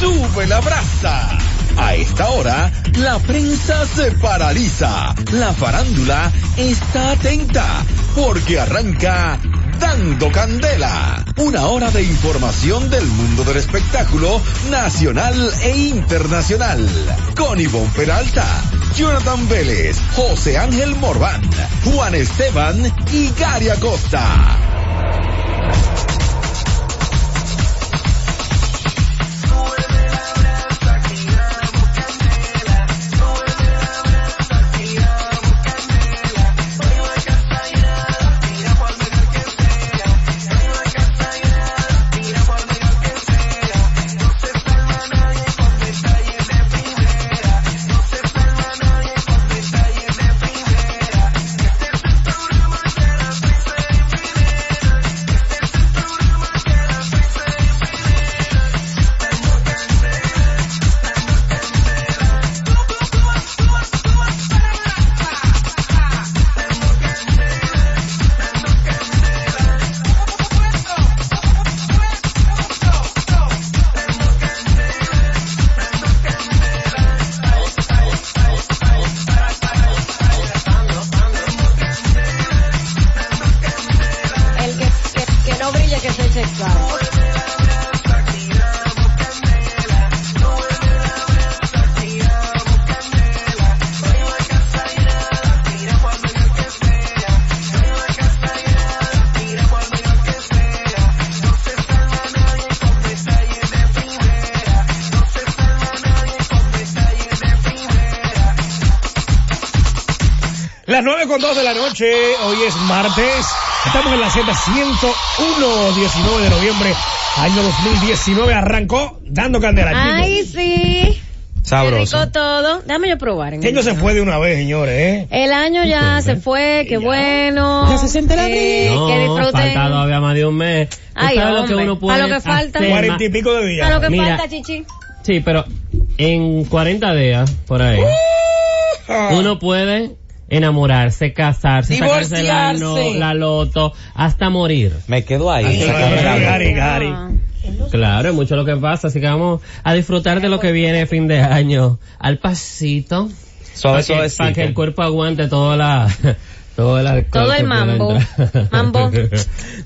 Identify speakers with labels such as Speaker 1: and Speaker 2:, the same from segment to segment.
Speaker 1: sube la brasa. A esta hora, la prensa se paraliza. La farándula está atenta porque arranca Dando Candela. Una hora de información del mundo del espectáculo nacional e internacional. Con Ivonne Peralta, Jonathan Vélez, José Ángel Morván, Juan Esteban y Gary Acosta.
Speaker 2: El que, que- que no brille, que se eche claro.
Speaker 3: Las 9 con 2 de la noche, hoy es martes, estamos en la Z 101, 19 de noviembre, año 2019, arrancó dando candela.
Speaker 2: Ay, sí. Qué
Speaker 3: Sabroso.
Speaker 2: rico todo. Déjame yo probar. en
Speaker 3: Que
Speaker 2: el-
Speaker 3: se fue de una vez, señores, ¿eh?
Speaker 2: El año ya se fue, qué bueno.
Speaker 4: Ya se siente la
Speaker 2: Eh,
Speaker 4: brisa.
Speaker 2: Que disfruten.
Speaker 5: falta todavía más de un mes. Tú
Speaker 2: Ay,
Speaker 5: sabes lo
Speaker 2: hombre,
Speaker 5: que uno puede
Speaker 2: a lo que falta.
Speaker 5: hacer,
Speaker 3: Cuarenta y
Speaker 5: ma-
Speaker 3: pico de días.
Speaker 2: A lo que
Speaker 5: Mira.
Speaker 2: falta, chichi.
Speaker 5: Sí, pero en 40 días, por ahí,
Speaker 3: Ah,
Speaker 5: uno puede enamorarse, casarse, sacarse la, no-
Speaker 4: Divorciarse.
Speaker 5: la loto, hasta morir.
Speaker 6: Me quedo ahí.
Speaker 3: sí,
Speaker 6: sacando
Speaker 3: sí,
Speaker 6: el agua.
Speaker 3: Gary, Gary.
Speaker 2: Ah.
Speaker 5: Claro, es mucho lo que pasa, así que vamos a disfrutar de lo que viene fin de año, al pasito,
Speaker 6: Suave,
Speaker 5: para que,
Speaker 6: suavecito.
Speaker 5: para que el cuerpo aguante toda la... Todo, la
Speaker 2: Todo el mambo. Mambo. Qué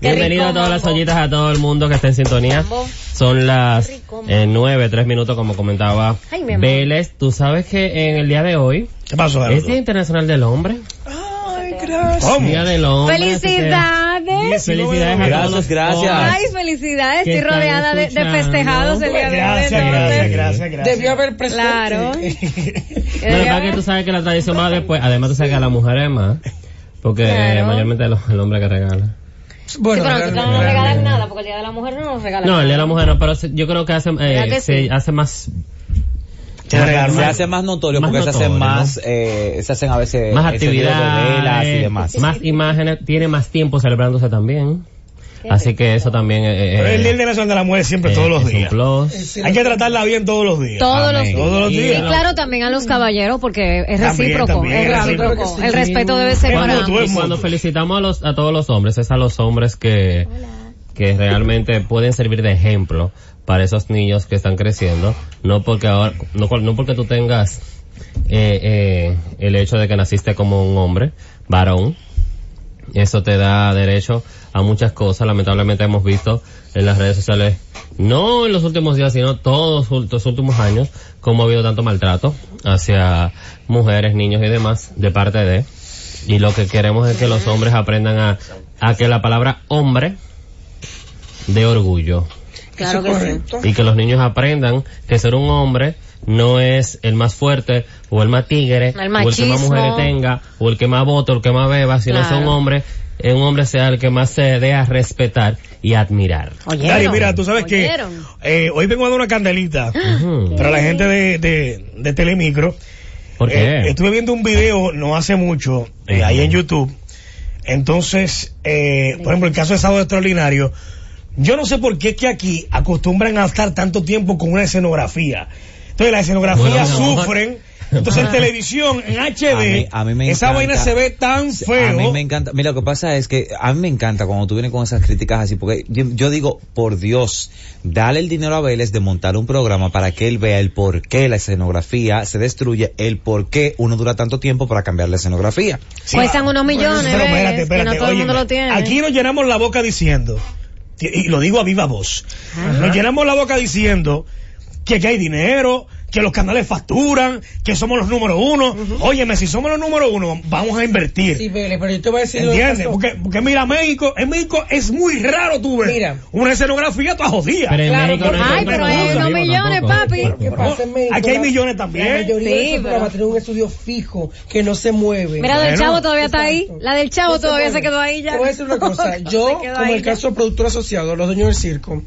Speaker 5: Bienvenido
Speaker 2: rico
Speaker 5: a todas las
Speaker 2: mambo.
Speaker 5: ollitas, a todo el mundo que está en sintonía.
Speaker 2: Mambo.
Speaker 5: Son las
Speaker 2: Qué rico mambo.
Speaker 5: eh, nueve, tres minutos, como comentaba
Speaker 2: Ay, mi amor.
Speaker 5: Vélez. Tú sabes que en el día de hoy
Speaker 3: ¿Qué pasó,
Speaker 5: es Día
Speaker 3: Garoto?
Speaker 5: Internacional del Hombre.
Speaker 4: Ay, gracias.
Speaker 3: ¿Cómo?
Speaker 5: Día del Hombre. así que-
Speaker 2: Felicidades.
Speaker 5: Felicidades a
Speaker 6: Gracias,
Speaker 5: todos los
Speaker 6: gracias.
Speaker 5: hombres.
Speaker 2: Ay, felicidades.
Speaker 5: Que
Speaker 2: Estoy
Speaker 5: están
Speaker 2: rodeada de, de
Speaker 5: escuchando.
Speaker 2: festejados el día de hoy.
Speaker 3: Gracias,
Speaker 2: entonces.
Speaker 3: gracias, gracias,
Speaker 4: Debió
Speaker 3: gracias.
Speaker 4: haber presente.
Speaker 2: Claro.
Speaker 5: No, lo que pasa es que tú sabes que la tradición va después. Además, tú sabes que a las mujeres más. Porque
Speaker 2: Claro.
Speaker 5: eh, mayormente el, el hombre que regala.
Speaker 2: Sí,
Speaker 4: Bueno,
Speaker 2: pero nosotros no nos
Speaker 4: realmente.
Speaker 2: regalan nada, porque el día de la mujer no nos regalan
Speaker 5: No, el
Speaker 2: nada.
Speaker 5: de la mujer no, pero se- yo creo que hace, eh,
Speaker 2: ¿Verdad que
Speaker 5: se
Speaker 2: sí?
Speaker 5: hace más,
Speaker 3: Te regalo.
Speaker 6: Se hace más notorio
Speaker 5: Más
Speaker 6: porque se
Speaker 5: notorio,
Speaker 6: hacen más, eh, se hacen a veces
Speaker 5: más
Speaker 6: encendidos de velas
Speaker 5: actividades,
Speaker 6: y demás.
Speaker 5: más imágenes, tiene más tiempo celebrándose también. Así que eso también eh, eh,
Speaker 3: Pero el Día Internacional de la Mujer siempre,
Speaker 5: eh,
Speaker 3: todos los
Speaker 5: es un
Speaker 3: días.
Speaker 5: plus.
Speaker 3: Hay que tratarla bien todos los días.
Speaker 2: Todos los
Speaker 6: Amén.
Speaker 3: Todos los
Speaker 2: Y
Speaker 3: días.
Speaker 2: claro, también a los caballeros, porque es
Speaker 3: También,
Speaker 2: recíproco.
Speaker 3: también,
Speaker 2: es
Speaker 3: claro,
Speaker 2: recíproco.
Speaker 4: claro que sí.
Speaker 2: El respeto debe ser
Speaker 3: Cuando
Speaker 2: para
Speaker 3: tú
Speaker 2: ambos.
Speaker 3: eres-
Speaker 5: Y cuando
Speaker 3: mundo.
Speaker 5: felicitamos a, los, a todos los hombres, es a los hombres que, que realmente pueden servir de ejemplo para esos niños que están creciendo. No porque ahora, no, cual- no porque tú tengas eh, eh, el hecho de que naciste como un hombre, varón. Eso te da derecho a muchas cosas. Lamentablemente hemos visto en las redes sociales, no en los últimos días, sino todos ul- los últimos años, cómo ha habido tanto maltrato hacia mujeres, niños y demás de parte de. Y lo que queremos es que los hombres aprendan a, a que la palabra hombre de orgullo.
Speaker 2: Claro que sí.
Speaker 5: Y que los niños aprendan que ser un hombre no es el más fuerte o el más tigre
Speaker 2: El
Speaker 5: o el que
Speaker 2: machismo.
Speaker 5: más mujeres tenga o el que más voto o el que más beba, sino
Speaker 2: Claro.
Speaker 5: son hombres, eh, un hombre sea el que más se dé a respetar y admirar.
Speaker 2: Oyeron.
Speaker 3: Gary, mira, tú sabes que
Speaker 2: Oyeron.
Speaker 3: eh, hoy vengo a dar una candelita
Speaker 5: Ah.
Speaker 2: Ah,
Speaker 5: Ujú.
Speaker 3: para la gente de, de, de Telemicro.
Speaker 5: ¿Por qué?
Speaker 3: Eh, estuve viendo un video no hace mucho, eh, ahí en YouTube. Entonces, eh, por ejemplo, el caso de Sábado Extraordinario, yo no sé por qué es que aquí acostumbran a estar tanto tiempo con una escenografía. Entonces, la escenografía
Speaker 5: Bueno, mi amor.
Speaker 3: sufren Entonces en televisión, en HD,
Speaker 6: A mí- a mí me
Speaker 3: esa
Speaker 6: encanta.
Speaker 3: vaina se ve tan feo.
Speaker 6: A mí me encanta. Mira, lo que pasa es que a mí me encanta cuando tú vienes con esas críticas así, porque yo, yo digo, por Dios, dale el dinero a Vélez de montar un programa para que él vea el por qué la escenografía se destruye, el por qué uno dura tanto tiempo para cambiar la escenografía.
Speaker 3: Sí,
Speaker 2: Cuestan
Speaker 3: va.
Speaker 2: unos millones,
Speaker 3: Pero
Speaker 2: ¿ves?
Speaker 3: espérate, espérate,
Speaker 2: que no todo el mundo
Speaker 3: óyeme,
Speaker 2: lo tiene.
Speaker 3: Aquí nos llenamos la boca diciendo, y lo digo a viva voz, nos llenamos la boca diciendo que aquí hay dinero, que los canales facturan, que somos los número uno. Óyeme, si somos los número uno, vamos a invertir.
Speaker 4: Sí, Vélez, pero yo te voy a decir lo que
Speaker 3: ¿Entiendes?
Speaker 4: pasó.
Speaker 3: Porque, porque mira, México, en México es muy raro tú ver
Speaker 4: Mira.
Speaker 3: una escenografía toda jodida.
Speaker 5: Pero en
Speaker 4: Claro,
Speaker 5: México no
Speaker 4: pero-
Speaker 5: hay
Speaker 2: Ay, pero
Speaker 5: tanto
Speaker 2: hay
Speaker 5: público
Speaker 2: unos millones,
Speaker 5: tampoco.
Speaker 2: papi.
Speaker 4: ¿Qué pasa en México?
Speaker 3: Aquí hay
Speaker 4: La-
Speaker 3: millones también.
Speaker 4: La mayoría
Speaker 2: Sí,
Speaker 4: de esos
Speaker 2: pero-
Speaker 4: programas tienen un estudio fijo que no se mueve.
Speaker 2: Mira, la del
Speaker 3: Bueno.
Speaker 2: chavo todavía está ahí.
Speaker 4: Exacto.
Speaker 2: La del chavo
Speaker 4: No se
Speaker 2: todavía
Speaker 4: mueve.
Speaker 2: se quedó ahí ya.
Speaker 4: Te voy a decir una cosa. Yo,
Speaker 2: Se quedó
Speaker 4: como
Speaker 2: ahí
Speaker 4: el
Speaker 2: ya.
Speaker 4: caso de productor asociado, los dueños del circo,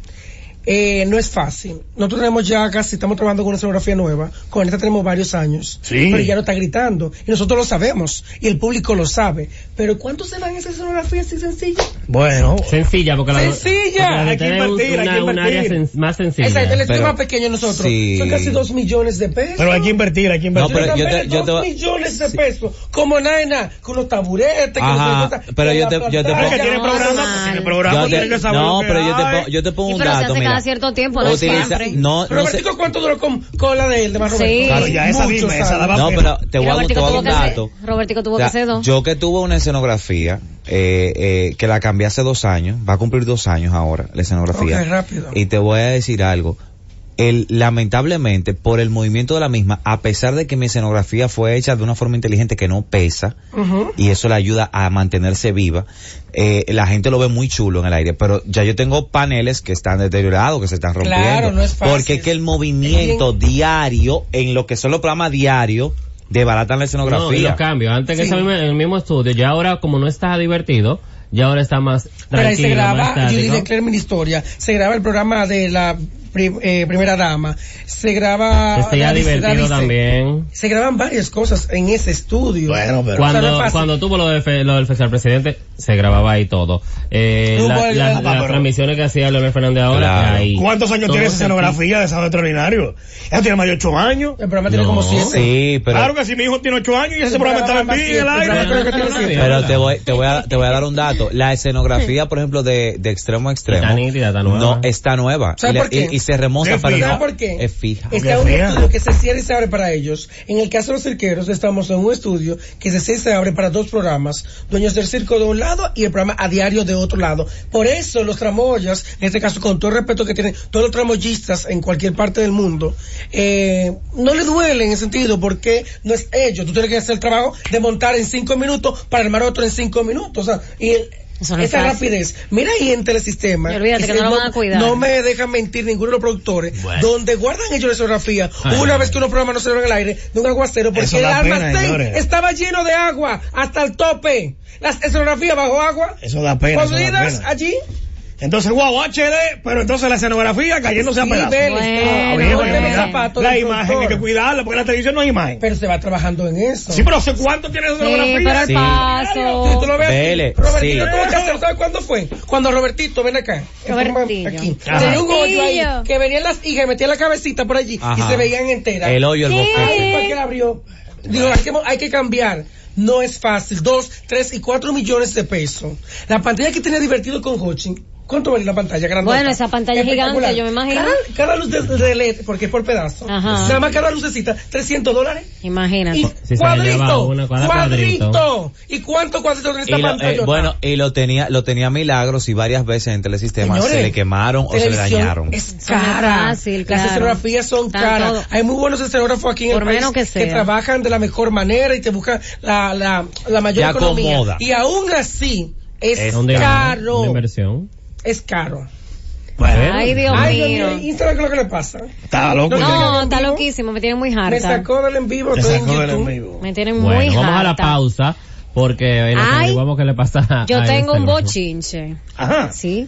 Speaker 4: eh, no es fácil. Nosotros tenemos ya casi, estamos trabajando con una escenografía nueva. Con esta tenemos varios años.
Speaker 3: Sí.
Speaker 4: Pero ya no está gritando. Y nosotros lo sabemos. Y el público lo sabe. Pero ¿cuánto se van esas escenografías así sencillas?
Speaker 3: Bueno,
Speaker 5: Sencilla, porque la
Speaker 4: Sencilla,
Speaker 5: porque la
Speaker 3: hay que
Speaker 5: tenemos
Speaker 3: invertir, hay
Speaker 5: una-
Speaker 3: que
Speaker 5: un área
Speaker 3: invertir.
Speaker 5: sen- más sencilla.
Speaker 4: Exacto, el estudio
Speaker 6: pero-
Speaker 4: más pequeño de nosotros.
Speaker 6: Sí.
Speaker 4: Son casi dos millones de pesos.
Speaker 3: pero hay que invertir, hay que
Speaker 6: No,
Speaker 3: invertir.
Speaker 6: Oh, pero
Speaker 4: Pero
Speaker 6: yo te-
Speaker 4: apenas
Speaker 6: yo te
Speaker 4: dos
Speaker 6: va-
Speaker 4: millones de pesos, como nena, con los taburetes, que
Speaker 6: Ajá,
Speaker 4: no sé qué cosa,
Speaker 6: pero
Speaker 4: con
Speaker 6: yo
Speaker 4: la
Speaker 6: te- yo te
Speaker 4: pantalla. Ah,
Speaker 3: Pero es que tiene
Speaker 2: No,
Speaker 3: programas,
Speaker 2: mal.
Speaker 3: tiene programas,
Speaker 6: Yo te-
Speaker 3: tiene que saber
Speaker 6: no,
Speaker 3: lo que
Speaker 6: pero yo te,
Speaker 3: hay.
Speaker 6: po- yo te pongo
Speaker 2: Sí,
Speaker 6: un
Speaker 2: pero se
Speaker 6: dato,
Speaker 2: hace
Speaker 6: mira.
Speaker 2: cada cierto tiempo, no es siempre.
Speaker 6: no, no sé-
Speaker 4: Robertico, ¿cuánto duró con, con la de él, de más
Speaker 2: Sí.
Speaker 3: Pero
Speaker 4: Roberto?
Speaker 3: ya esa
Speaker 4: Muchos
Speaker 3: dime, esa
Speaker 4: años.
Speaker 3: la va
Speaker 6: No, pero te
Speaker 2: Y
Speaker 6: voy a, te
Speaker 2: Robertico
Speaker 6: voy a
Speaker 2: tuvo
Speaker 6: un
Speaker 2: que hacer-
Speaker 6: dato.
Speaker 2: Robertico tuvo
Speaker 6: O sea,
Speaker 2: que hacer dos.
Speaker 6: Yo que tuve una escenografía eh, eh, que la cambié hace dos años, va a cumplir dos años ahora la escenografía.
Speaker 4: Ok, rápido.
Speaker 6: Y te voy a decir algo. El, lamentablemente, por el movimiento de la misma, a pesar de que mi escenografía fue hecha de una forma inteligente que no pesa,
Speaker 4: Ujú.
Speaker 6: y eso le ayuda a mantenerse viva. Eh, la gente lo ve muy chulo en el aire, pero ya yo tengo paneles que están deteriorados, que se están
Speaker 4: Claro,
Speaker 6: rompiendo.
Speaker 4: no es fácil.
Speaker 6: Porque es que el movimiento diario, en lo que son los programas diarios, desbaratan
Speaker 5: No, y
Speaker 6: la escenografía.
Speaker 5: los cambios. Antes que
Speaker 4: Sí.
Speaker 5: estaba en el mismo estudio, ya ahora como no está divertido, ya ahora está más
Speaker 4: Pero ahí
Speaker 5: tranquilo,
Speaker 4: se
Speaker 5: más
Speaker 4: graba, yo
Speaker 5: estático.
Speaker 4: dije Claire mi historia, se graba el programa de la pri- eh, primera dama, se graba...
Speaker 5: Este ya
Speaker 4: la vice- la
Speaker 5: divertido
Speaker 4: vice.
Speaker 5: también.
Speaker 4: Se graban varias cosas en ese estudio.
Speaker 3: Bueno, pero-
Speaker 4: O sea, no es
Speaker 5: Cuando,
Speaker 4: fácil.
Speaker 5: cuando tuvo lo, de fe- lo del Festival Presidente, se grababa ahí todo. Eh,
Speaker 4: Tuvo
Speaker 5: la-
Speaker 4: el-
Speaker 5: la-
Speaker 4: el-
Speaker 5: las transmisiones que hacía Leonel Fernández ahora,
Speaker 6: Claro.
Speaker 5: ahí.
Speaker 3: ¿Cuántos años
Speaker 5: Todo
Speaker 3: tiene esa
Speaker 5: se-
Speaker 3: escenografía de sábado extraordinario? Ella tiene más de ocho años.
Speaker 4: El programa tiene
Speaker 5: No.
Speaker 4: como siete.
Speaker 6: Sí, pero,
Speaker 3: claro que si mi hijo tiene ocho años y ese
Speaker 4: El
Speaker 3: programa estaba en
Speaker 4: programa
Speaker 3: vivo, en el
Speaker 4: sí, el
Speaker 3: aire.
Speaker 4: programa creo que tiene
Speaker 5: Pero-
Speaker 4: siete.
Speaker 6: pero te voy, te voy a, te voy a dar un dato. La escenografía, por ejemplo, de, de extremo a extremo.
Speaker 5: Está nítida, está nueva.
Speaker 6: No, está nueva.
Speaker 4: ¿Sabe
Speaker 6: y, la-
Speaker 4: por qué?
Speaker 6: y- y se remonta,
Speaker 3: Es
Speaker 6: pero
Speaker 3: fija.
Speaker 6: no,
Speaker 4: ¿Sabes por qué?
Speaker 6: es fija.
Speaker 4: Está en
Speaker 3: Ok,
Speaker 4: un
Speaker 3: fija.
Speaker 4: estudio que se cierra y se abre para ellos. En el caso de los cirqueros, estamos en un estudio que se cierra y se abre para dos programas. Dueños del circo de un lado y el programa a diario de otro lado. Por eso los tramoyas, en este caso con todo el respeto que tienen todos los tramoyistas en cualquier parte del mundo, eh, no les duele en el sentido porque no es ellos. Tú tienes que hacer el trabajo de montar en cinco minutos para armar otro en cinco minutos. O sea, y el-
Speaker 2: Eso no es
Speaker 4: esa
Speaker 2: fácil.
Speaker 4: rapidez. Mira ahí en Telesistema.
Speaker 2: Y olvídate que
Speaker 4: si
Speaker 2: no lo van a cuidar.
Speaker 4: No me dejan mentir ninguno de los productores.
Speaker 5: Bueno.
Speaker 4: Donde guardan ellos la escenografía
Speaker 5: Ay,
Speaker 4: una
Speaker 5: ay,
Speaker 4: vez que unos programas no se en el aire de un aguacero
Speaker 3: Ah. Eso
Speaker 4: porque el
Speaker 3: da pena,
Speaker 4: almacén
Speaker 3: señores.
Speaker 4: estaba lleno de agua hasta el tope. Las escenografías bajo agua.
Speaker 3: Eso da pena. eso da
Speaker 4: Podridas
Speaker 3: pena.
Speaker 4: allí.
Speaker 3: Entonces, guau, HD, pero entonces la escenografía cayéndose a
Speaker 4: Sí,
Speaker 3: pedazos.
Speaker 4: Vélez,
Speaker 2: Bueno,
Speaker 3: Ah,
Speaker 4: no,
Speaker 3: bien,
Speaker 4: no
Speaker 2: bueno.
Speaker 4: tiene
Speaker 3: bien.
Speaker 4: zapatos
Speaker 3: la
Speaker 4: del
Speaker 3: imagen hay
Speaker 4: productor.
Speaker 3: que cuidarla, porque en la televisión no hay imagen.
Speaker 4: Pero se va trabajando en eso.
Speaker 3: Sí, pero ¿hace cuánto tiene esa
Speaker 2: Sí, pero
Speaker 3: escenografía?
Speaker 2: el
Speaker 6: Sí.
Speaker 4: Si tú
Speaker 2: paso.
Speaker 4: lo ves,
Speaker 6: Vélez,
Speaker 4: Robertito
Speaker 6: sí.
Speaker 4: tuvo que hacer, ¿sabes cuándo fue? Cuando Robertito, ven acá.
Speaker 2: Robertillo.
Speaker 4: Aquí.
Speaker 3: Ajá.
Speaker 4: Tenía un hoyo ahí
Speaker 2: Robertillo.
Speaker 4: que venían las hijas, metían la cabecita por allí
Speaker 6: Ajá.
Speaker 4: y se veían enteras.
Speaker 6: El hoyo, el
Speaker 2: Sí.
Speaker 6: bosque.
Speaker 4: Ay, ¿para qué la abrió? Digo, hay que, hay que cambiar. No es fácil. Dos, tres y cuatro millones de pesos. La pantalla que tenía divertido con Hochi. ¿Cuánto vale la pantalla grande?
Speaker 2: Bueno, esa pantalla
Speaker 4: Espectacular.
Speaker 2: gigante, yo me imagino.
Speaker 4: Cada, cada luz de, de LED, porque es por pedazo.
Speaker 2: Ajá.
Speaker 4: Nada más cada lucecita, 300 dólares.
Speaker 2: Imagínate.
Speaker 4: Y
Speaker 5: Si se lleva
Speaker 4: cuadrito,
Speaker 5: una cuadra,
Speaker 4: cuadrito.
Speaker 5: cuadrito.
Speaker 4: ¿Y cuánto cuadrito tiene esta
Speaker 6: Y lo, eh,
Speaker 4: pantalla?
Speaker 6: bueno, y lo tenía, lo tenía milagros y varias veces en telesistema se
Speaker 4: Señores,
Speaker 6: le quemaron o se le
Speaker 4: televisión
Speaker 6: dañaron.
Speaker 4: Es
Speaker 2: no es
Speaker 4: cara.
Speaker 2: fácil,
Speaker 4: Las
Speaker 2: claro.
Speaker 4: escenografías son
Speaker 2: Están
Speaker 4: caras.
Speaker 2: todo.
Speaker 4: Hay muy buenos escenógrafos aquí en
Speaker 2: Por
Speaker 4: el país
Speaker 2: menos que sea.
Speaker 4: trabajan de la mejor manera y te buscan la, la, la mayor
Speaker 6: Te
Speaker 4: economía.
Speaker 6: acomoda.
Speaker 4: Y aún así, es,
Speaker 5: Es un dinero, Una
Speaker 4: caro.
Speaker 5: inversión.
Speaker 4: Es caro.
Speaker 2: Ay, Dios
Speaker 4: Ay,
Speaker 2: mío.
Speaker 4: Dios mío, Instagram, ¿qué es lo que le pasa?
Speaker 3: Está loco.
Speaker 2: No,
Speaker 4: Instagram
Speaker 2: está
Speaker 4: en vivo.
Speaker 2: loquísimo, me tienen muy
Speaker 4: Me
Speaker 2: harta.
Speaker 4: sacó del en vivo, estoy en YouTube.
Speaker 2: Me tienen
Speaker 5: Bueno,
Speaker 2: muy harta.
Speaker 5: vamos a la pausa porque en lo que
Speaker 2: Ay,
Speaker 5: averiguamos qué le pasa a-
Speaker 2: Yo
Speaker 5: a
Speaker 2: tengo
Speaker 5: este
Speaker 2: un
Speaker 5: loco.
Speaker 2: bochinche.
Speaker 4: Ah.
Speaker 3: Ajá.
Speaker 2: ¿Sí?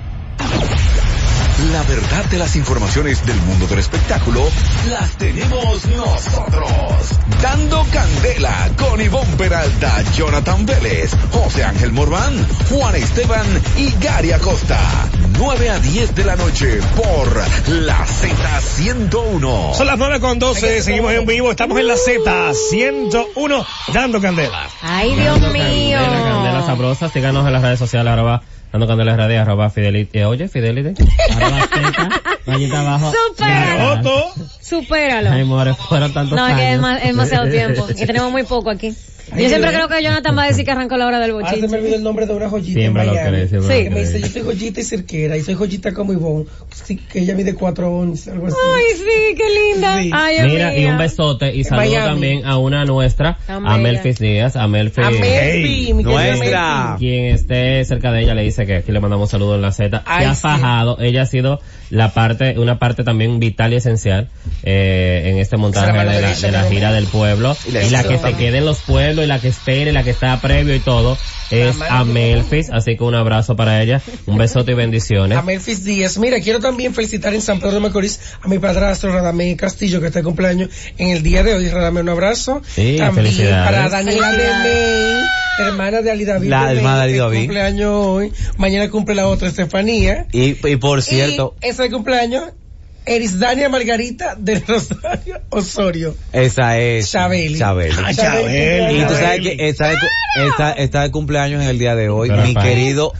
Speaker 1: La verdad de las informaciones del mundo del espectáculo las tenemos nosotros. Dando candela con Ivonne Peralta, Jonathan Vélez, José Ángel Morván, Juan Esteban y Gary Acosta. 9 a 10 de la noche por la Z101.
Speaker 3: Son las 9 con 12, seguimos en vivo, estamos en la Z 101 dando candela.
Speaker 2: Ay, Dios mío.
Speaker 5: Candela, candela sabrosa, síganos en las redes sociales, arroba, dando candela radio, arroba fidelity, eh, oye, fidelity, arroba zeta, rayita abajo.
Speaker 2: Supéralo.
Speaker 3: Otto,
Speaker 2: Supéralo.
Speaker 5: Ay, more, fueron tantos
Speaker 2: No, es que es
Speaker 5: años.
Speaker 2: dema- es demasiado tiempo. Y tenemos muy poco aquí. Yo siempre creo que Jonathan va a decir que arrancó la hora del
Speaker 4: Ahora se me
Speaker 2: bochinche.
Speaker 4: olvidó el nombre de una joyita
Speaker 5: Siempre
Speaker 4: en
Speaker 5: lo
Speaker 4: Miami.
Speaker 5: crees, siempre
Speaker 2: Sí.
Speaker 5: lo
Speaker 4: Que me
Speaker 5: crees.
Speaker 4: dice, yo soy joyita y cerquera, y soy joyita como Ivonne, sí, que ella mide 4 onzas, algo así.
Speaker 2: Ay, sí, qué linda.
Speaker 4: Sí.
Speaker 2: Ay, Dios
Speaker 5: Mira, y
Speaker 2: mío.
Speaker 5: un besote y
Speaker 4: En
Speaker 5: saludo
Speaker 4: Miami.
Speaker 5: también a una nuestra,
Speaker 2: Amela.
Speaker 5: a Melfis Díaz, a Melfis,
Speaker 4: Messi, mi querida Ah.
Speaker 6: Nuestra.
Speaker 5: quien esté este cerca de ella le dice que aquí le mandamos saludos en la Z.
Speaker 4: Ay,
Speaker 5: Se ha
Speaker 4: sí.
Speaker 5: fajado, ella ha sido la parte, una parte también vital y esencial eh, en este montaje
Speaker 4: mano
Speaker 5: de la,
Speaker 4: derecha
Speaker 5: de la
Speaker 4: que
Speaker 5: gira del pueblo
Speaker 6: Y la
Speaker 5: y la
Speaker 6: izquierda
Speaker 5: que se quede en los pueblos y la que espere, y la que está previo y todo es a Melfis, así que un abrazo para ella, un besote y
Speaker 6: ¿Eh?
Speaker 5: bendiciones.
Speaker 4: A Memphis Díaz. Mira, quiero también felicitar en San Pedro de Macorís a mi padrastro Radamé Castillo, que está de cumpleaños en el día de hoy. Radamé, un abrazo.
Speaker 5: Sí,
Speaker 4: también
Speaker 5: felicidades.
Speaker 4: para Daniela de May, hermana de Ali David.
Speaker 6: La
Speaker 4: de May,
Speaker 6: hermana de Ali
Speaker 4: que
Speaker 6: David.
Speaker 4: cumpleaños hoy. Mañana cumple la otra, Estefanía.
Speaker 6: Y, y por cierto,
Speaker 4: Y ese cumpleaños, Erisdania Margarita de Rosario Osorio.
Speaker 6: esa es
Speaker 4: Chabeli.
Speaker 6: Chabeli.
Speaker 3: Ay, Chabel.
Speaker 6: Y tú sabes
Speaker 3: Chabeli.
Speaker 6: que está de, cu- está, está de cumpleaños en el día de hoy,
Speaker 5: Pero
Speaker 6: mi
Speaker 5: para-
Speaker 6: querido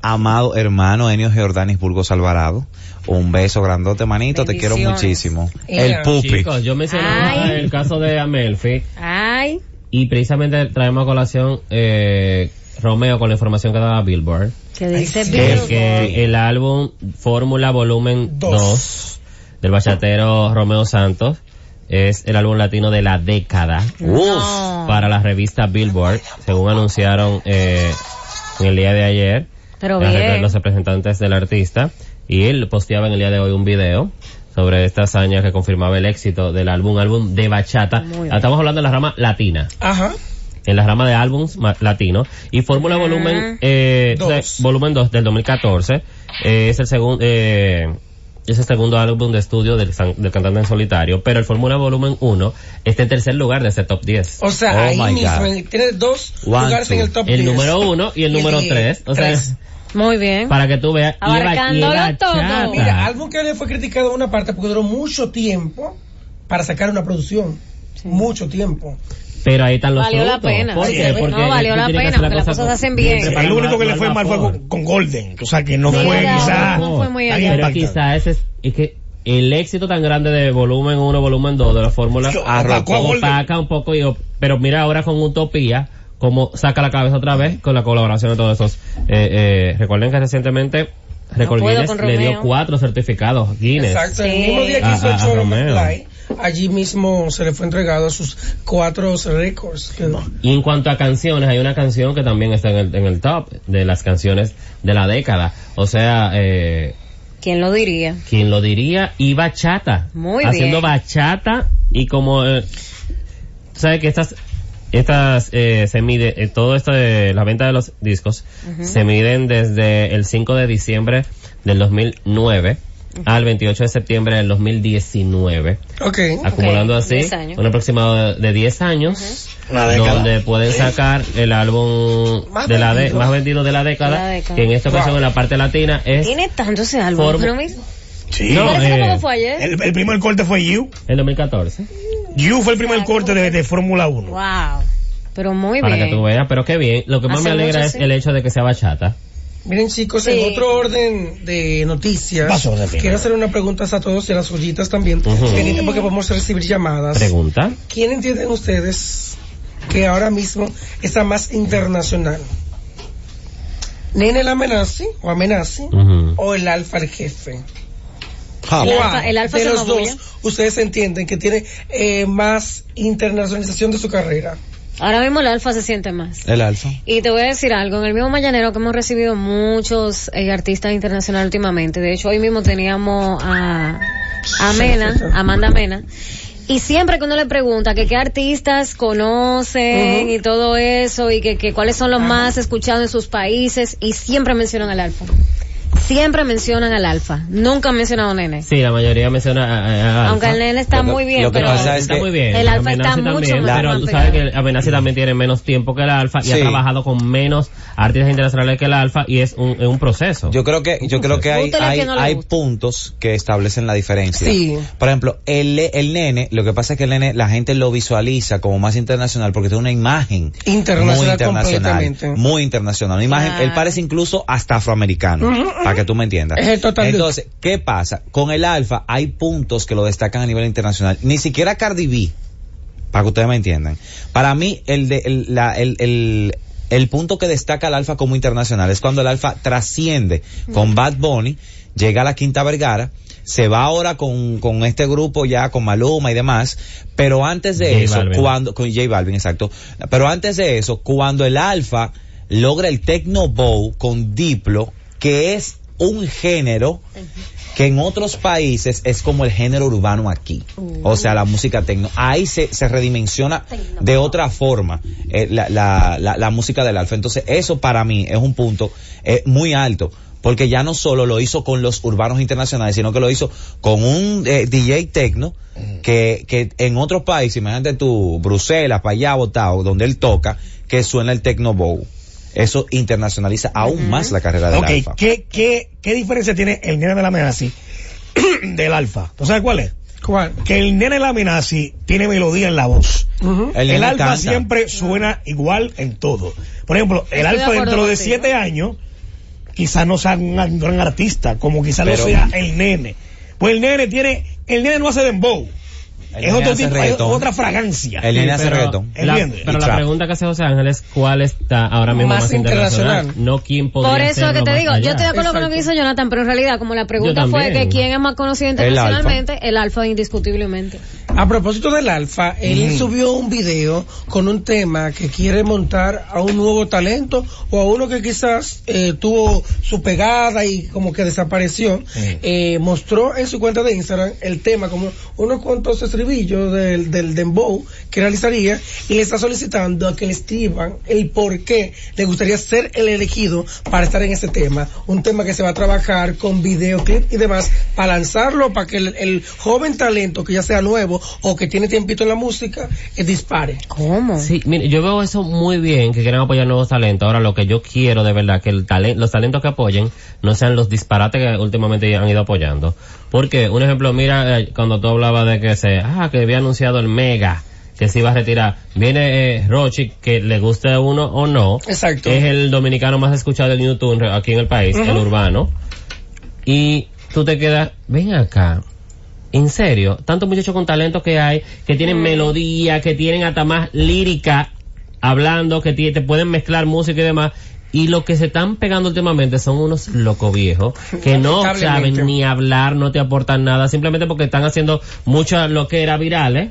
Speaker 6: amado hermano Enio Geordanis Burgos Alvarado. Un beso grandote, manito, te quiero
Speaker 2: Bendiciones.
Speaker 6: muchísimo.
Speaker 4: Ea.
Speaker 6: El pupi.
Speaker 5: Chicos, yo mencionaba
Speaker 2: Ay.
Speaker 5: el caso de Amelfi
Speaker 2: Ay,
Speaker 5: y precisamente traemos a colación eh, Romeo con la información que daba Billboard.
Speaker 2: que dice
Speaker 5: que,
Speaker 2: bien.
Speaker 5: que el álbum Fórmula Volumen
Speaker 4: Dos.
Speaker 5: 2 del bachatero Romeo Santos es el álbum latino de la década
Speaker 6: Uf.
Speaker 5: para la revista Billboard, según anunciaron eh, en el día de ayer
Speaker 2: Pero
Speaker 5: la rep-
Speaker 2: bien.
Speaker 5: los representantes del artista y él posteaba en el día de hoy un video sobre esta hazaña que confirmaba el éxito del álbum, álbum de bachata.
Speaker 2: Muy bien.
Speaker 5: Estamos hablando de la rama latina
Speaker 4: Ajá.
Speaker 5: en la rama de álbums ma- latino y
Speaker 2: Ah.
Speaker 5: Fórmula Volumen eh,
Speaker 4: Dos.
Speaker 5: de- Volumen 2 del 2014 eh, es el segundo eh, es el segundo álbum de estudio del, san- del cantante en solitario pero el Fórmula Volumen 1 está en tercer lugar de ese top 10
Speaker 4: O sea,
Speaker 6: Oh my
Speaker 4: ahí mismo,
Speaker 6: God.
Speaker 4: en- tiene dos
Speaker 6: One,
Speaker 4: lugares
Speaker 6: two.
Speaker 4: en el top
Speaker 5: el
Speaker 4: 10.
Speaker 5: número 1 y el número
Speaker 4: diez.
Speaker 5: 3 o sea
Speaker 4: Tres.
Speaker 2: Muy bien.
Speaker 5: para que tú veas y va- y
Speaker 2: Abarcándolo
Speaker 5: va
Speaker 2: todo.
Speaker 5: chata.
Speaker 4: Mira, algo que le fue criticado a una parte porque duró mucho tiempo para sacar una producción. Mucho tiempo.
Speaker 5: pero ahí están los
Speaker 2: Valió la
Speaker 5: frutos.
Speaker 2: pena.
Speaker 5: ¿Por
Speaker 2: Sí,
Speaker 5: qué?
Speaker 2: no,
Speaker 5: Porque
Speaker 2: valió
Speaker 5: tú
Speaker 2: la
Speaker 5: tienes que
Speaker 2: pena,
Speaker 5: hacer la
Speaker 2: porque las
Speaker 5: cosa
Speaker 2: cosas se hacen
Speaker 5: bien.
Speaker 2: bien.
Speaker 5: Preparar
Speaker 3: el único que
Speaker 5: mal-
Speaker 3: le fue
Speaker 5: mal
Speaker 3: mal fue
Speaker 5: vapor.
Speaker 3: con, con Golden, o sea que no
Speaker 2: Sí,
Speaker 3: fue
Speaker 2: verdad,
Speaker 3: quizá
Speaker 2: no fue muy
Speaker 3: tan
Speaker 2: allá.
Speaker 5: Pero
Speaker 3: impactante.
Speaker 5: quizás ese es, es que el éxito tan grande de volumen 1, volumen 2 de la fórmula
Speaker 3: Yo-
Speaker 5: arrojó,
Speaker 3: opacó a Golden.
Speaker 5: opaca un poco y op- pero mira ahora con Utopía como saca la cabeza otra vez con la colaboración de todos esos eh, eh, recuerden que recientemente Record
Speaker 2: puedo
Speaker 5: Guinness
Speaker 2: con
Speaker 5: le dio
Speaker 2: Romeo.
Speaker 5: cuatro certificados Guinness
Speaker 4: Exacto. El
Speaker 2: Sí.
Speaker 4: mismo día que
Speaker 5: Ah,
Speaker 4: hizo el
Speaker 5: ah,
Speaker 4: show de
Speaker 5: Romeo.
Speaker 4: McFly, allí mismo se le fue entregado sus cuatro récords. que-
Speaker 5: Y en cuanto a canciones, hay una canción que también está en el, en el top de las canciones de la década. O sea, eh,
Speaker 2: ¿Quién lo diría?
Speaker 5: quien lo diría, y bachata.
Speaker 2: Muy
Speaker 5: Haciendo
Speaker 2: bien.
Speaker 5: bachata y como, eh, sabes que estas, estas, eh, se mide, eh, todo esto de la venta de los discos, se miden desde el 5 de diciembre del 2009 al 28 de septiembre del 2019
Speaker 4: Ok.
Speaker 5: acumulando así
Speaker 2: 10 años.
Speaker 5: un aproximado de- de 10 años
Speaker 3: Una década.
Speaker 5: donde pueden sacar el álbum
Speaker 4: Más
Speaker 5: de la de-
Speaker 4: vendido.
Speaker 5: más vendido de la década,
Speaker 2: La década.
Speaker 5: que en esta ocasión en la parte latina es
Speaker 2: Tiene tanto ese álbum,
Speaker 5: Formo-
Speaker 2: pero mismo.
Speaker 3: Sí.
Speaker 5: No,
Speaker 2: Parece que
Speaker 5: eh,
Speaker 2: tampoco fue ayer.
Speaker 3: El, el primer corte fue You.
Speaker 5: el 2014
Speaker 3: You fue el primer corte de, de Fórmula 1.
Speaker 2: Wow. Pero muy
Speaker 5: para
Speaker 2: bien.
Speaker 5: que tú veas pero qué bien lo que más
Speaker 2: Hace
Speaker 5: me alegra
Speaker 2: mucho,
Speaker 5: es
Speaker 2: sí.
Speaker 5: el hecho de que sea bachata
Speaker 4: Miren chicos,
Speaker 2: Sí.
Speaker 4: en otro orden de noticias,
Speaker 3: Paso, Josefina.
Speaker 4: quiero hacer unas preguntas a todos y a las joyitas también,
Speaker 5: Ujú.
Speaker 4: pendiente porque podemos recibir llamadas.
Speaker 5: pregunta
Speaker 4: ¿Quién entienden ustedes que ahora mismo está más internacional? ¿Nene la amenazi o amenazi?
Speaker 5: Ujú.
Speaker 4: ¿O el alfa el jefe?
Speaker 6: Ah,
Speaker 2: El
Speaker 4: ¿Cuál
Speaker 2: alfa- el alfa
Speaker 4: de
Speaker 2: se
Speaker 4: los
Speaker 2: magulla.
Speaker 4: dos ustedes entienden que tiene eh, más internacionalización de su carrera?
Speaker 2: Ahora mismo el alfa se siente más.
Speaker 6: El alfa.
Speaker 2: Y te voy a decir algo, en el mismo Mañanero que hemos recibido muchos eh, artistas internacionales últimamente, de hecho hoy mismo teníamos a, a Mena, Amanda Mena, y siempre que uno le pregunta que qué artistas conocen y todo eso, y que, que cuáles son los más escuchados en sus países, y siempre mencionan al alfa. siempre mencionan al alfa. Nunca han mencionado nene.
Speaker 5: Sí, la mayoría menciona a- a- a
Speaker 2: Aunque
Speaker 5: Alfa.
Speaker 2: el nene está
Speaker 6: Lo que-
Speaker 2: muy bien,
Speaker 6: lo que
Speaker 2: pero
Speaker 6: pasa es
Speaker 5: Está
Speaker 6: que-
Speaker 5: muy bien.
Speaker 2: el alfa está
Speaker 5: Amenazi
Speaker 2: mucho
Speaker 5: también,
Speaker 2: más
Speaker 5: Pero tú
Speaker 2: ampliado.
Speaker 5: sabes que Amenazi también tiene menos tiempo que el alfa y
Speaker 6: Sí.
Speaker 5: ha trabajado con menos artistas internacionales que el alfa y es un, es un proceso.
Speaker 6: Yo creo que, yo creo que hay,
Speaker 2: Pregúntale
Speaker 6: hay,
Speaker 2: que no le
Speaker 6: hay
Speaker 2: gusta.
Speaker 6: puntos que establecen la diferencia.
Speaker 4: Sí.
Speaker 6: Por ejemplo, el, el nene, lo que pasa es que el nene, la gente lo visualiza como más internacional porque tiene una imagen muy
Speaker 4: Internacional
Speaker 6: internacional.
Speaker 4: completamente.
Speaker 6: Muy internacional. Una imagen,
Speaker 2: Claro.
Speaker 6: él parece incluso hasta afroamericano. Para que tú me entiendas.
Speaker 4: Es el total look.
Speaker 6: Entonces, ¿qué pasa? Con el alfa hay puntos que lo destacan a nivel internacional. Ni siquiera Cardi B para que ustedes me entiendan. Para mí, el, de, el, la- el, el, el punto que destaca al Alfa como internacional es cuando el Alfa trasciende con Bad Bunny, llega a la Quinta Vergara, se va ahora con, con este grupo ya, con Maluma y demás, pero antes de
Speaker 5: J
Speaker 6: eso,
Speaker 5: Balvin.
Speaker 6: cuando, con J Balvin, exacto, pero antes de eso, cuando el Alfa logra el Tecno Bow con Diplo, que es un género que en otros países es como el género urbano aquí. O sea, la música tecno. Ahí se, se redimensiona de otra forma eh, la, la- la- la música del alfa. Entonces, eso para mí es un punto eh, muy alto. Porque ya no solo lo hizo con los urbanos internacionales, sino que lo hizo con un eh, DJ tecno que, que en otros países, imagínate tú, Bruselas, para allá, Botao, donde él toca, que suena el tecno bow. Eso internacionaliza aún más la carrera del
Speaker 3: Ok,
Speaker 6: alfa.
Speaker 3: ¿qué, qué, ¿qué diferencia tiene el nene de la Menasi del alfa? ¿Tú sabes cuál es?
Speaker 4: ¿Cuál?
Speaker 3: Que el nene de la Menasi tiene melodía en la voz.
Speaker 4: Ujú.
Speaker 3: El,
Speaker 6: nene
Speaker 3: alfa
Speaker 6: canta.
Speaker 3: siempre suena igual en todo. Por ejemplo, el
Speaker 2: Estoy de
Speaker 3: alfa
Speaker 2: acuerdo
Speaker 3: dentro de
Speaker 2: contigo.
Speaker 3: siete años quizás no sea un gran- gran artista, como quizás lo
Speaker 6: Pero-
Speaker 3: sea el nene. Pues el nene tiene, el nene no hace dembow.
Speaker 6: El
Speaker 3: es
Speaker 6: nene
Speaker 3: otro
Speaker 6: hace
Speaker 3: tipo, es
Speaker 6: reggaetón.
Speaker 3: otra fragancia.
Speaker 6: El nene hace
Speaker 5: pero
Speaker 6: reggaetón.
Speaker 5: la-
Speaker 3: Entiende.
Speaker 5: pero
Speaker 6: Y
Speaker 5: la
Speaker 6: trap.
Speaker 5: pregunta que hace José Ángel es cuál está ahora mismo
Speaker 4: Más
Speaker 5: más, internacional?
Speaker 4: internacional.
Speaker 5: No quién podría
Speaker 2: Por eso es
Speaker 5: serlo
Speaker 2: que te
Speaker 5: más
Speaker 2: digo, yo
Speaker 5: allá.
Speaker 2: estoy de acuerdo con lo que
Speaker 4: Exacto.
Speaker 2: hizo Jonathan, pero en realidad, como la pregunta
Speaker 5: Yo
Speaker 2: fue que
Speaker 5: también.
Speaker 2: quién es más conocido
Speaker 6: alfa.
Speaker 2: internacionalmente, el alfa indiscutiblemente.
Speaker 4: A propósito del Alfa, él subió un video con un tema que quiere montar a un nuevo talento o a uno que quizás eh, tuvo su pegada y como que desapareció. Eh, mostró en su cuenta de Instagram el tema como unos cuantos estribillos del, del dembow que realizaría y le está solicitando a que le escriban el por qué le gustaría ser el elegido para estar en ese tema. Un tema que se va a trabajar con videoclip y demás para lanzarlo, para que el, el joven talento que ya sea nuevo o que tiene tiempito en la música eh, dispare.
Speaker 2: ¿Cómo?
Speaker 5: Sí, mire, yo veo eso muy bien, que quieran apoyar nuevos talentos. Ahora, lo que yo quiero de verdad, que el talen- los talentos que apoyen no sean los disparates que últimamente han ido apoyando. Porque, un ejemplo, mira, eh, cuando tú hablabas de que se, ah, que había anunciado el Mega, que se iba a retirar. Viene eh, Rochi, que le guste a uno o no.
Speaker 4: Exacto.
Speaker 5: Es el dominicano más escuchado en YouTube re- aquí en el país, el urbano. Y tú te quedas, ven acá. En serio, tantos muchachos con talento que hay, que tienen melodía, que tienen hasta más lírica hablando, que ti- te pueden mezclar música y demás. Y lo que se están pegando últimamente son unos locos viejos que no
Speaker 4: Lamentablemente.
Speaker 5: saben ni hablar, no te aportan nada, simplemente porque están haciendo muchas loqueras virales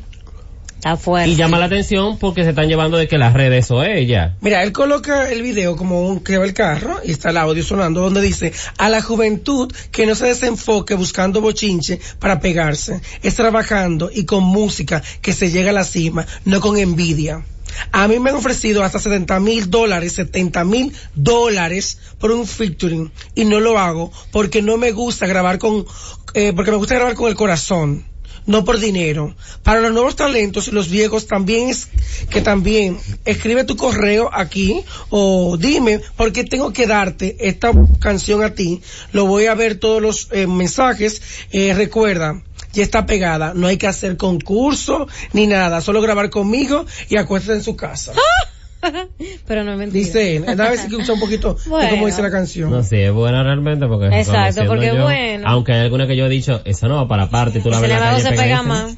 Speaker 2: Está fuerte.
Speaker 5: y ¿eh? llama la atención porque se están llevando de que las redes o ella.
Speaker 4: Mira, él coloca el video como un que va el carro y está el audio sonando donde dice a la juventud que no se desenfoque buscando bochinche para pegarse. Es trabajando y con música que se llega a la cima, no con envidia. A mí me han ofrecido hasta 70 mil dólares, 70 mil dólares por un featuring y no lo hago porque no me gusta grabar con, eh, porque me gusta grabar con el corazón no por dinero. Para los nuevos talentos y los viejos también es que también escribe tu correo aquí o dime por qué tengo que darte esta canción a ti. Lo voy a ver todos los eh, mensajes. Eh, recuerda, ya está pegada. No hay que hacer concurso ni nada. Solo grabar conmigo y acuéstate en su casa.
Speaker 2: Pero no es mentira.
Speaker 4: Dice él. Eh, Dame si escucha un poquito de
Speaker 2: Bueno.
Speaker 4: cómo dice la canción.
Speaker 5: No, sí, es buena realmente porque...
Speaker 2: Exacto,
Speaker 5: conociendo
Speaker 2: porque es
Speaker 5: yo,
Speaker 2: buena.
Speaker 5: Aunque hay alguna que yo he dicho, esa no va para parte, tú la
Speaker 2: Sin
Speaker 5: ves en la
Speaker 2: embargo,
Speaker 5: calle
Speaker 2: se pega
Speaker 5: pegadísima.
Speaker 2: más.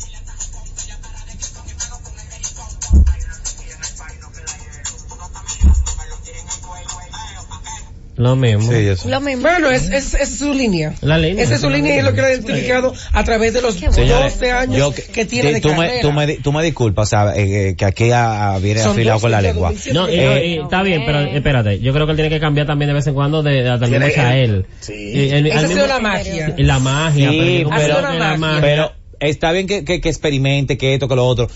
Speaker 5: Lo mismo.
Speaker 6: Sí, eso.
Speaker 2: Lo mismo.
Speaker 4: Bueno, es, es, es su línea.
Speaker 5: La línea.
Speaker 4: Esa es su línea y es lo que ha identificado a través de los
Speaker 2: Qué bueno.
Speaker 4: 12 años
Speaker 6: yo
Speaker 4: que,
Speaker 6: que-
Speaker 4: tiene
Speaker 6: te-
Speaker 4: de
Speaker 6: tú
Speaker 4: carrera.
Speaker 6: Me, tú, me, di- tú me disculpas, o sea, eh, eh, que aquí ah, ah, viene
Speaker 4: Son
Speaker 6: afilado
Speaker 4: 12
Speaker 6: con la
Speaker 4: ya,
Speaker 6: lengua.
Speaker 4: 2007.
Speaker 5: No, y-
Speaker 6: Eh,
Speaker 5: y- está bien, pero espérate, yo creo que él tiene que cambiar también de vez en cuando de, de
Speaker 3: Tiene-
Speaker 5: atenderse a él.
Speaker 3: Sí.
Speaker 5: Y el-
Speaker 4: Esa
Speaker 5: al
Speaker 4: ha sido
Speaker 5: mismo-
Speaker 4: la magia.
Speaker 5: La magia,
Speaker 6: Sí,
Speaker 5: yo como
Speaker 4: pero-
Speaker 5: creo que la magia-
Speaker 6: Pero está bien que, que, que experimente, que esto, que lo otro.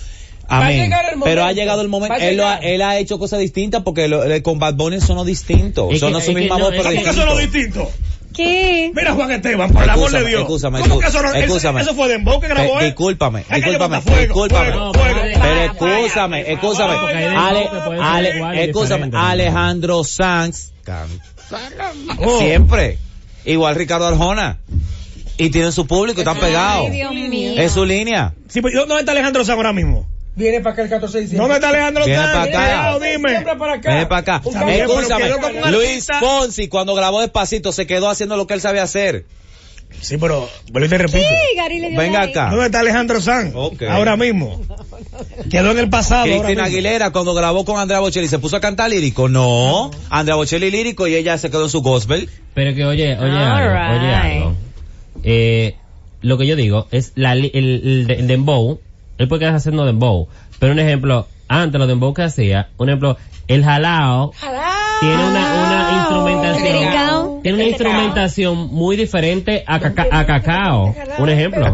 Speaker 4: a
Speaker 6: Amén.
Speaker 4: llegar el
Speaker 6: Pero
Speaker 4: momento,
Speaker 6: ha llegado el
Speaker 4: va
Speaker 6: momento.
Speaker 4: a
Speaker 6: Él, lo ha,
Speaker 4: llegar.
Speaker 6: él ha hecho cosas distintas porque lo, el- eh, con Bad Bunny son distintos.
Speaker 5: Es
Speaker 6: Son
Speaker 5: que-
Speaker 6: no su
Speaker 5: es que
Speaker 6: misma
Speaker 5: no,
Speaker 6: voz,
Speaker 5: es
Speaker 6: pero
Speaker 5: que-
Speaker 3: ¿Cómo que eso es lo
Speaker 6: distintos.
Speaker 3: distinto?
Speaker 2: qué?
Speaker 3: Mira Juan Esteban, por el amor de
Speaker 6: Excúsame,
Speaker 3: Dios.
Speaker 6: excúsame,
Speaker 3: ¿Cómo
Speaker 6: excu-
Speaker 3: que eso no- eso-
Speaker 6: excúsame.
Speaker 3: Eso fue Dembow que grabó
Speaker 6: Eh,
Speaker 3: él.
Speaker 6: discúlpame,
Speaker 3: Es que
Speaker 6: discúlpame,
Speaker 3: le bota fuego,
Speaker 6: discúlpame.
Speaker 3: fuego, fuego.
Speaker 6: Pero
Speaker 2: Para, para,
Speaker 6: escúchame,
Speaker 3: para,
Speaker 6: escúchame.
Speaker 3: para, porque hay
Speaker 5: dembow
Speaker 6: Ale-
Speaker 5: que puede ser
Speaker 6: Ale-
Speaker 5: igual y
Speaker 6: escúchame,
Speaker 5: diferente, ¿no?
Speaker 6: Alejandro Sanz can-
Speaker 3: Oh.
Speaker 6: siempre. Igual Ricardo Arjona. Y tienen su público, están pegados.
Speaker 2: Ay, Dios mío.
Speaker 6: Es su línea.
Speaker 3: Sí, pues, ¿Dónde está Alejandro San ahora mismo?
Speaker 4: Viene para acá el 14 de diciembre.
Speaker 3: ¿Dónde está Alejandro
Speaker 6: Viene
Speaker 3: Sanz?
Speaker 6: pa' acá.
Speaker 3: Cuidado, Dime.
Speaker 4: Siempre para acá.
Speaker 6: Ven para acá.
Speaker 4: Un cambio,
Speaker 3: pero
Speaker 6: Escúchame.
Speaker 3: quedó como un
Speaker 6: Luis
Speaker 3: artista.
Speaker 6: Fonsi, cuando grabó Despacito, se quedó haciendo lo que él sabía hacer.
Speaker 3: Sí, pero, vuelvo y te repito.
Speaker 2: Sí, Gary le dio
Speaker 6: Venga
Speaker 2: la ley.
Speaker 6: acá.
Speaker 3: ¿Dónde está Alejandro Sanz?
Speaker 6: Ok.
Speaker 3: Ahora mismo. Quedó en el pasado. ahora
Speaker 6: Cristina
Speaker 3: mismo.
Speaker 6: Aguilera cuando grabó con Andrea Bocelli se puso a cantar lírico. No, Andrea Bocelli lírico y ella se quedó en su gospel.
Speaker 5: Pero que oye, oye algo,
Speaker 2: Alright.
Speaker 5: oye algo. Eh, lo que yo digo es la, li- el, el, el dembow, él puede quedarse haciendo dembow, pero un ejemplo, antes los dembow que hacía, un ejemplo, el jalao tiene una, una
Speaker 2: Delicado.
Speaker 5: instrumentación, tiene una instrumentación muy diferente a, caca- a cacao, un ejemplo.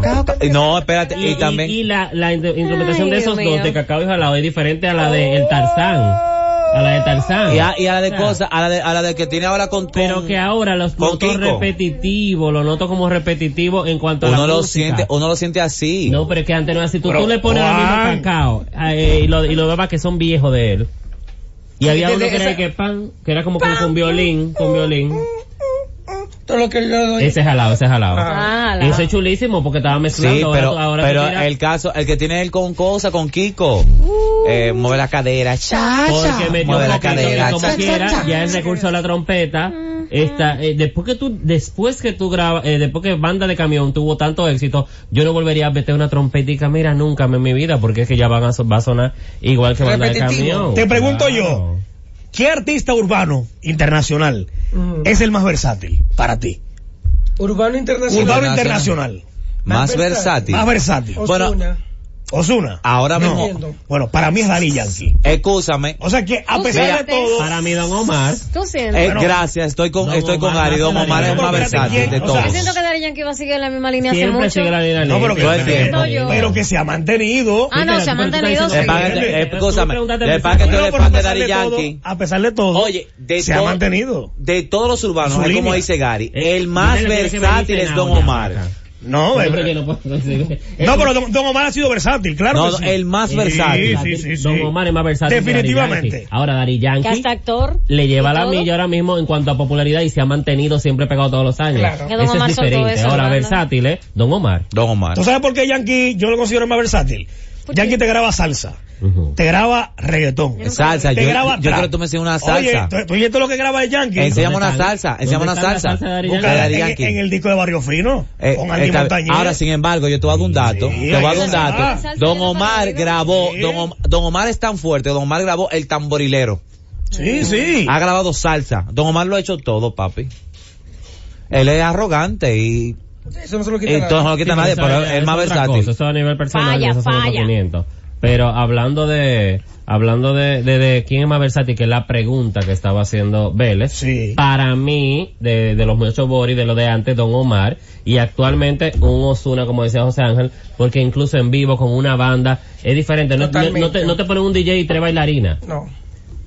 Speaker 6: No, espérate,
Speaker 5: Y,
Speaker 6: y también
Speaker 5: y la, la in- instrumentación
Speaker 2: Ay,
Speaker 5: de esos
Speaker 2: Dios mío.
Speaker 5: dos, de cacao y jalao, es diferente a la de el tarzán, a la de tarzán.
Speaker 6: y a, y a la de
Speaker 5: Ah.
Speaker 6: cosas, a la de, a la de que tiene ahora con, con-
Speaker 5: Pero que ahora los
Speaker 6: Con
Speaker 5: noto
Speaker 6: Kiko.
Speaker 5: repetitivos, lo noto como repetitivo en cuanto a la
Speaker 6: uno lo
Speaker 5: música.
Speaker 6: siente, oh, uno lo siente así.
Speaker 5: No, pero es que antes no era así. Tú,
Speaker 3: Pero,
Speaker 5: tú le pones el
Speaker 3: Juan.
Speaker 5: mismo cacao eh, y lo, y lo demás que son viejos de él. Y había
Speaker 4: desde
Speaker 5: uno que era
Speaker 4: esa-
Speaker 5: el que pan, que era como con, con violín, con violín.
Speaker 4: Todo lo que yo
Speaker 3: Eh,
Speaker 4: doy.
Speaker 5: Ese jalado, ese jalado.
Speaker 2: Ah, la-
Speaker 5: Ese es chulísimo porque estaba mezclando.
Speaker 6: Sí,
Speaker 5: ahora
Speaker 6: pero,
Speaker 5: tú- ahora tú
Speaker 6: pero
Speaker 5: tiras-
Speaker 6: el caso, el que tiene él con cosa, con Kiko, eh, mueve la cadera, cha,
Speaker 5: Uh. Porque
Speaker 6: cha,
Speaker 5: Este metió
Speaker 6: mueve
Speaker 5: un
Speaker 6: la
Speaker 5: poquito,
Speaker 6: cadera,
Speaker 5: que como
Speaker 6: cha,
Speaker 5: quiera,
Speaker 6: cha, cha.
Speaker 5: ya el recurso a la trompeta, está, eh, después que tú, después que tú grabas, eh, después que Banda de Camión tuvo tanto éxito, yo no volvería a meter una trompetica, mira, nunca en mi vida, porque es que ya van a, so- va a sonar igual que Banda de
Speaker 4: Repetitivo.
Speaker 5: Camión.
Speaker 3: Te pregunto yo. ¿Qué artista urbano internacional
Speaker 4: Mm.
Speaker 3: es el más versátil para ti?
Speaker 4: Urbano internacional.
Speaker 3: Urbano internacional.
Speaker 6: Más versátil.
Speaker 3: Más versátil.
Speaker 6: Bueno,
Speaker 4: Ozuna.
Speaker 3: Osuna.
Speaker 6: Ahora
Speaker 3: No.
Speaker 4: mismo.
Speaker 3: Bueno, para mí es Daddy Yankee.
Speaker 6: Escúchame,
Speaker 3: O sea que a
Speaker 2: Tú
Speaker 3: pesar de
Speaker 2: sientes.
Speaker 3: todo,
Speaker 5: Para mí, Don Omar,
Speaker 2: ¿Tú sientes?
Speaker 6: Eh, gracias, estoy con,
Speaker 5: No,
Speaker 6: estoy con
Speaker 5: Omar,
Speaker 6: Ari, Don
Speaker 5: no,
Speaker 6: Omar es
Speaker 5: no,
Speaker 6: más
Speaker 5: pero
Speaker 6: versátil
Speaker 3: ¿quién?
Speaker 6: de
Speaker 3: O sea,
Speaker 6: todos.
Speaker 2: Yo siento que Daddy Yankee va a seguir en la misma línea
Speaker 5: siempre
Speaker 2: hace
Speaker 5: sigue
Speaker 2: mucho.
Speaker 5: la línea
Speaker 3: No, pero que,
Speaker 5: limpia.
Speaker 6: Todo el tiempo.
Speaker 3: pero que se ha mantenido.
Speaker 2: Ah, no, se ha mantenido.
Speaker 5: Tú
Speaker 6: Le
Speaker 5: me
Speaker 6: pagan-
Speaker 5: preguntaste-
Speaker 6: eh,
Speaker 5: tú me
Speaker 6: escúchame,
Speaker 5: preguntaste
Speaker 6: le
Speaker 5: por
Speaker 6: pagan
Speaker 5: Fernando.
Speaker 6: todo
Speaker 3: No,
Speaker 6: el
Speaker 3: pero a
Speaker 6: fan de
Speaker 3: pesar
Speaker 6: Daddy
Speaker 3: de todo,
Speaker 6: Yankee.
Speaker 3: a pesar de todo,
Speaker 6: Oye, de
Speaker 3: se ha
Speaker 6: todo-
Speaker 3: mantenido.
Speaker 6: De todos los urbanos,
Speaker 3: Su
Speaker 6: es como
Speaker 3: línea.
Speaker 6: dice Gary,
Speaker 5: Eh,
Speaker 6: el más
Speaker 5: dile que me dice
Speaker 6: versátil es
Speaker 5: nada,
Speaker 6: Don
Speaker 5: ya,
Speaker 6: Omar.
Speaker 5: acá.
Speaker 3: No,
Speaker 5: No,
Speaker 3: es-
Speaker 5: pero que no puedo decir-
Speaker 3: no, pero Don, Don Omar ha sido versátil, claro.
Speaker 6: No,
Speaker 3: que sí.
Speaker 6: el más
Speaker 3: Sí,
Speaker 6: versátil.
Speaker 3: Sí, sí, sí.
Speaker 5: Don Omar es más versátil. que Daddy
Speaker 3: Definitivamente.
Speaker 5: Yankee. Ahora Dari Yankee.
Speaker 2: Que hasta actor.
Speaker 5: le lleva
Speaker 2: y
Speaker 5: la
Speaker 2: todo.
Speaker 5: milla ahora mismo en cuanto a popularidad y se ha mantenido siempre pegado todos los años.
Speaker 4: Claro.
Speaker 2: Que Don
Speaker 5: Eso
Speaker 2: Omar
Speaker 5: es
Speaker 2: soltó
Speaker 5: diferente.
Speaker 2: esa
Speaker 5: ahora
Speaker 2: banda.
Speaker 5: versátil, ¿eh? Don Omar.
Speaker 6: Don Omar.
Speaker 3: ¿Tú sabes por qué Yankee yo lo considero más versátil?
Speaker 2: ¿Por
Speaker 3: Yankee
Speaker 2: qué?
Speaker 3: te graba salsa,
Speaker 5: Ujú.
Speaker 3: te graba reggaetón.
Speaker 6: Salsa,
Speaker 3: te
Speaker 6: yo,
Speaker 3: graba
Speaker 6: yo creo que
Speaker 3: trap.
Speaker 6: tú me enseñas una
Speaker 3: Oye,
Speaker 6: salsa.
Speaker 3: ¿tú, tú oyes lo que graba el Yankee?
Speaker 6: Enséñame
Speaker 5: ¿Dónde
Speaker 6: una
Speaker 5: está-
Speaker 6: salsa, enséñame
Speaker 5: dónde
Speaker 6: una
Speaker 5: está la
Speaker 6: salsa.
Speaker 5: salsa de Daddy
Speaker 3: Búscala
Speaker 6: Daddy
Speaker 3: en,
Speaker 6: Yankee.
Speaker 3: en el disco de Barrio Fino
Speaker 6: Eh,
Speaker 3: con Andy
Speaker 6: está-
Speaker 3: Montañez.
Speaker 6: ahora, sin embargo, yo te voy a dar un dato.
Speaker 3: Sí.
Speaker 6: te voy a dar un
Speaker 3: Esa es la
Speaker 6: dato.
Speaker 2: salsa
Speaker 6: Don
Speaker 2: de la
Speaker 6: Omar
Speaker 2: barriga.
Speaker 6: grabó,
Speaker 3: Sí.
Speaker 6: Don, Om- Don Omar es tan fuerte, Don Omar grabó El Tamborilero.
Speaker 3: Sí, sí.
Speaker 6: Ha grabado salsa. Don Omar lo ha hecho todo, papi. Él es arrogante y
Speaker 4: Eso no se lo quita
Speaker 6: Entonces
Speaker 4: nada.
Speaker 6: no lo quita
Speaker 5: Sí,
Speaker 6: nadie,
Speaker 5: eso
Speaker 6: pero
Speaker 5: es-
Speaker 6: es
Speaker 5: es
Speaker 6: más
Speaker 5: otra
Speaker 6: versátil.
Speaker 5: cosa, eso a nivel personal,
Speaker 2: Falla,
Speaker 5: esos son otros
Speaker 2: falla.
Speaker 5: 500. Pero hablando de, hablando de, de, de quién es más versátil, que es la pregunta que estaba haciendo Vélez.
Speaker 3: Sí.
Speaker 5: Para mí, de, de los muchos Boris, de lo de antes, Don Omar, y actualmente un Osuna, como decía José Ángel, porque incluso en vivo con una banda es diferente. No, no-
Speaker 4: Totalmente.
Speaker 5: no te, no te ponen un DJ y tres bailarinas.
Speaker 4: No.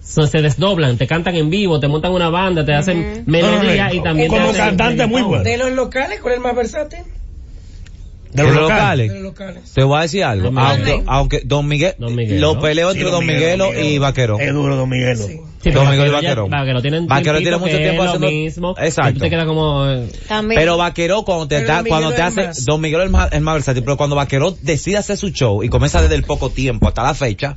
Speaker 5: So, se desdoblan, te cantan en vivo, te montan una banda, te hacen melodía
Speaker 3: No, no, no.
Speaker 5: y también
Speaker 3: Ah, Como
Speaker 5: te hacen
Speaker 3: cantante muy
Speaker 5: reggaetón.
Speaker 3: bueno.
Speaker 4: De los locales, ¿cuál es el más versátil?
Speaker 3: De
Speaker 6: los
Speaker 3: los locales.
Speaker 4: De los
Speaker 6: locales.
Speaker 4: locales.
Speaker 6: Te voy a decir algo.
Speaker 5: Don Miguel.
Speaker 6: Aunque, aunque Don Miguel,
Speaker 5: Don Miguel,
Speaker 6: lo
Speaker 5: ¿no?
Speaker 6: peleo entre
Speaker 3: Sí,
Speaker 6: Don Miguelo
Speaker 3: Don Miguelo.
Speaker 6: y Vaquero.
Speaker 3: Es duro Don Miguelo.
Speaker 5: Sí,
Speaker 6: Don
Speaker 5: pero
Speaker 6: Miguel y
Speaker 5: ya-
Speaker 6: Vaquerón.
Speaker 5: Vaquerón tiene un
Speaker 6: Vaquerón
Speaker 5: tiempito
Speaker 6: tiene
Speaker 5: que
Speaker 6: mucho tiempo
Speaker 5: es lo
Speaker 6: haciendo-
Speaker 5: mismo.
Speaker 6: Exacto.
Speaker 5: Y tú te quedas como... eh,
Speaker 2: También.
Speaker 6: Pero Vaquero cuando te,
Speaker 4: Pero
Speaker 6: da,
Speaker 4: Don
Speaker 6: cuando te
Speaker 4: Miguelo es
Speaker 6: hace,
Speaker 4: más.
Speaker 6: Don Miguel es más, es más versátil, pero cuando Vaquero decide hacer su show y comienza desde el poco tiempo hasta la fecha,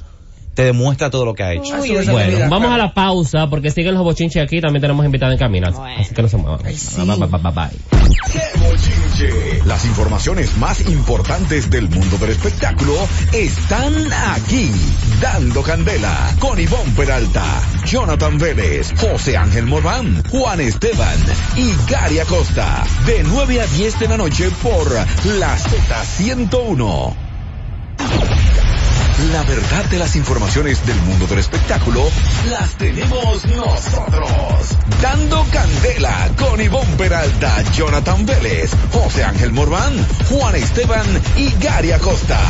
Speaker 6: te demuestra todo lo que ha hecho.
Speaker 4: Uy,
Speaker 2: Bueno,
Speaker 5: Bueno,
Speaker 4: Mira,
Speaker 5: vamos
Speaker 4: claro.
Speaker 5: a la pausa porque siguen los bochinches aquí. También tenemos invitados en camino.
Speaker 2: Bueno.
Speaker 5: Así que no se muevan.
Speaker 4: sí.
Speaker 5: Bye, bye, bye, bye.
Speaker 1: ¡Qué bochinche! Las informaciones más importantes del mundo del espectáculo están aquí. Dando Candela con Ivonne Peralta, Jonathan Vélez, José Ángel Morán, Juan Esteban y Gary Acosta. De 9 a 10 de la noche por la Z101. La verdad de las informaciones del mundo del espectáculo las tenemos nosotros. Dando candela con Ivonne Peralta, Jonathan Vélez, José Ángel Morván, Juan Esteban y Gary Acosta.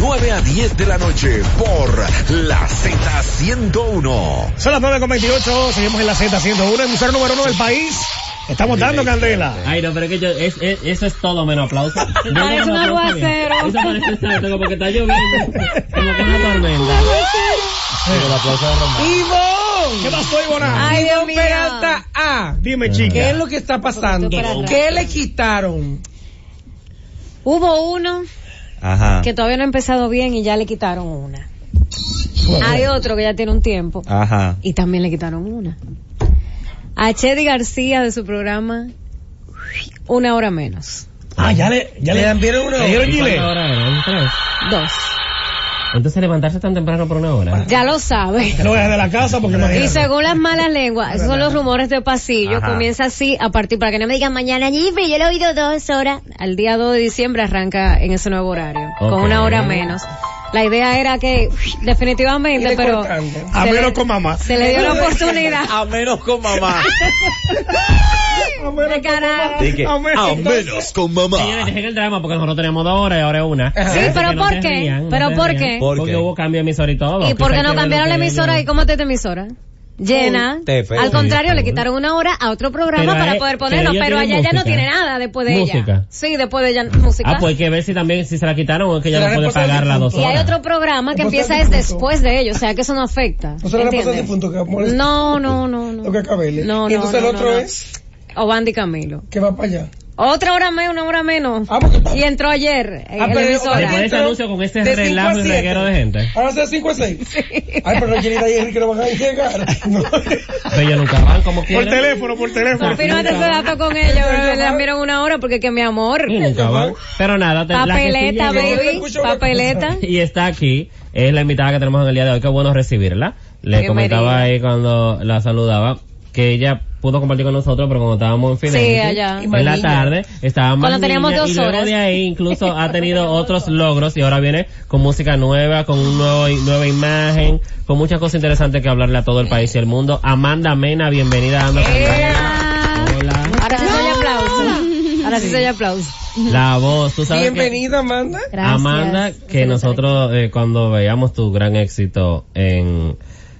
Speaker 1: 9 a 10 de la noche por la Z101.
Speaker 3: Son las 9.28, seguimos en la Z101, emisor número uno del país. Estamos dando candela.
Speaker 5: Ay, no, pero es que yo, es, es- eso es todo menos aplauso. Yo no
Speaker 2: Parece
Speaker 5: quiero
Speaker 2: un
Speaker 5: aplauso mío.
Speaker 2: aguacero.
Speaker 5: Eso parece exacto, como que está lloviendo. Como que una tormenta. Pero el aplauso de Román.
Speaker 3: ¿Qué
Speaker 4: Ivonne.
Speaker 3: pasó, Ivonne?
Speaker 2: Ay, Dios mío.
Speaker 4: Peralta A.
Speaker 3: Dime,
Speaker 4: ¿Qué es
Speaker 3: chica.
Speaker 4: lo que está pasando?
Speaker 2: Un poquito para atrás.
Speaker 4: ¿Qué le quitaron?
Speaker 2: Hubo uno
Speaker 6: Ajá.
Speaker 2: que todavía no ha empezado bien y ya le quitaron una. Hay otro que ya tiene un tiempo
Speaker 6: Ajá.
Speaker 2: y también le quitaron una. A Chedi García de su programa, una hora menos.
Speaker 3: Ah, ya le, ya
Speaker 4: Le
Speaker 3: le,
Speaker 4: dan vieron uno.
Speaker 3: le dieron
Speaker 5: ¿Y
Speaker 3: chile.
Speaker 5: cuántas horas eran? ¿Tres?
Speaker 2: Dos.
Speaker 5: Entonces levantarse tan temprano por una hora.
Speaker 2: Ya lo sabe.
Speaker 3: Lo voy a dejar de la casa porque
Speaker 2: Y
Speaker 3: imagínate.
Speaker 2: según las malas lenguas, esos son los rumores de pasillo,
Speaker 6: Ajá.
Speaker 2: comienza así a partir, para que no me digan mañana, Jimmy, yo lo he oído dos horas. Al día 2 de diciembre arranca en ese nuevo horario, con
Speaker 5: Ok.
Speaker 2: una hora menos. La idea era que, definitivamente,
Speaker 4: Irle
Speaker 2: pero
Speaker 4: cortando.
Speaker 3: A
Speaker 2: se
Speaker 3: menos
Speaker 2: le-
Speaker 3: con mamá.
Speaker 2: se le dio la oportunidad.
Speaker 6: A menos con mamá.
Speaker 2: de cara-
Speaker 6: Así que,
Speaker 3: A menos.
Speaker 6: a "Ah, menos.
Speaker 1: Menos con mamá.
Speaker 6: Ah.
Speaker 5: Señores, dejen el drama porque nosotros teníamos dos horas y ahora es una.
Speaker 2: Sí,
Speaker 5: Así
Speaker 2: pero
Speaker 5: que no
Speaker 2: ¿por
Speaker 5: se
Speaker 2: qué?
Speaker 5: rían, no
Speaker 2: ¿Pero
Speaker 5: se
Speaker 2: por
Speaker 5: rían.
Speaker 2: qué?
Speaker 6: ¿Por
Speaker 5: Porque
Speaker 6: qué?
Speaker 5: hubo cambio de emisora y todo.
Speaker 2: ¿Y por
Speaker 5: Quizá
Speaker 2: qué
Speaker 5: hay
Speaker 2: no
Speaker 5: que ver
Speaker 2: cambiaron
Speaker 5: lo
Speaker 2: la
Speaker 5: que
Speaker 2: emisora?
Speaker 5: ellos-
Speaker 2: ¿Y cómo está esta emisora? Llena.
Speaker 5: Oh,
Speaker 6: te feo.
Speaker 2: Al contrario, le
Speaker 5: Sí,
Speaker 2: quitaron una hora a otro programa
Speaker 5: Pero eh,
Speaker 2: para
Speaker 5: ahí-
Speaker 2: poder
Speaker 5: pero
Speaker 2: ponerlo,
Speaker 5: ellos
Speaker 2: pero allá
Speaker 5: tienen
Speaker 2: ya no
Speaker 5: música.
Speaker 2: tiene nada después de ella.
Speaker 5: Música.
Speaker 2: Sí, después de ella, música.
Speaker 5: Ah, pues hay que ver si también, si se la quitaron o es que ya
Speaker 4: Se la
Speaker 5: no puede
Speaker 4: repasaron
Speaker 5: pagar
Speaker 4: y
Speaker 5: las dos
Speaker 4: punto.
Speaker 2: Y hay
Speaker 5: horas.
Speaker 2: otro programa que
Speaker 4: Después
Speaker 2: empieza
Speaker 4: del
Speaker 2: es
Speaker 4: punto.
Speaker 2: después de ellos, o sea que eso no afecta.
Speaker 4: No se le repasó
Speaker 2: ¿entiendes?
Speaker 4: el punto que molesta.
Speaker 2: No, no, no, no.
Speaker 4: Lo que acabé. ¿eh?
Speaker 2: No, no,
Speaker 4: y entonces
Speaker 2: no,
Speaker 4: el otro
Speaker 2: no, no.
Speaker 4: es
Speaker 2: Obandi Camilo.
Speaker 4: que va para allá.
Speaker 2: Otra hora menos, una hora menos.
Speaker 4: Ah, porque
Speaker 2: Y entró ayer en
Speaker 4: Ah,
Speaker 2: la
Speaker 4: pero-
Speaker 2: emisora.
Speaker 5: Después de ese
Speaker 4: Entró
Speaker 5: anuncio con este
Speaker 4: de cinco
Speaker 5: relajo
Speaker 4: a
Speaker 5: y
Speaker 4: siete.
Speaker 5: reguero de gente.
Speaker 4: ahora sea 5 a 6. Ay, pero no quiere ir a Jerry que no van a llegar. No.
Speaker 5: Pero pues ellos nunca van como
Speaker 3: Por
Speaker 5: quieran.
Speaker 3: teléfono, por teléfono.
Speaker 2: Confírmate ese dato con ellos, bebé. Le dieron una hora porque que mi amor.
Speaker 5: Y nunca van. Pero nada, te- la que sí
Speaker 2: Papeleta,
Speaker 5: llegó-
Speaker 4: Yo le
Speaker 2: baby.
Speaker 4: escucho una
Speaker 2: Papeleta.
Speaker 5: y está aquí, es la invitada que tenemos en el día de hoy, qué bueno recibirla. Le
Speaker 2: Bienvenida.
Speaker 5: comentaba ahí cuando la saludaba que ella pudo compartir con nosotros, pero cuando estábamos en Firenze,
Speaker 2: Sí, allá.
Speaker 4: Y más
Speaker 5: en la
Speaker 4: niña.
Speaker 5: tarde, estábamos
Speaker 2: Cuando teníamos dos
Speaker 5: y luego
Speaker 2: horas.
Speaker 5: de ahí incluso ha tenido otros logros y ahora viene con música nueva, con una nueva imagen, con muchas cosas interesantes que hablarle a todo el país y el mundo. Amanda Mena, bienvenida. Amanda.
Speaker 2: Ea.
Speaker 5: Hola.
Speaker 2: Ahora sí se oye aplauso. Ahora sí se oye aplauso.
Speaker 5: La voz, tú sabes que-
Speaker 4: Bienvenida, Amanda.
Speaker 2: Gracias.
Speaker 5: Amanda, que nosotros eh, cuando veíamos tu gran éxito en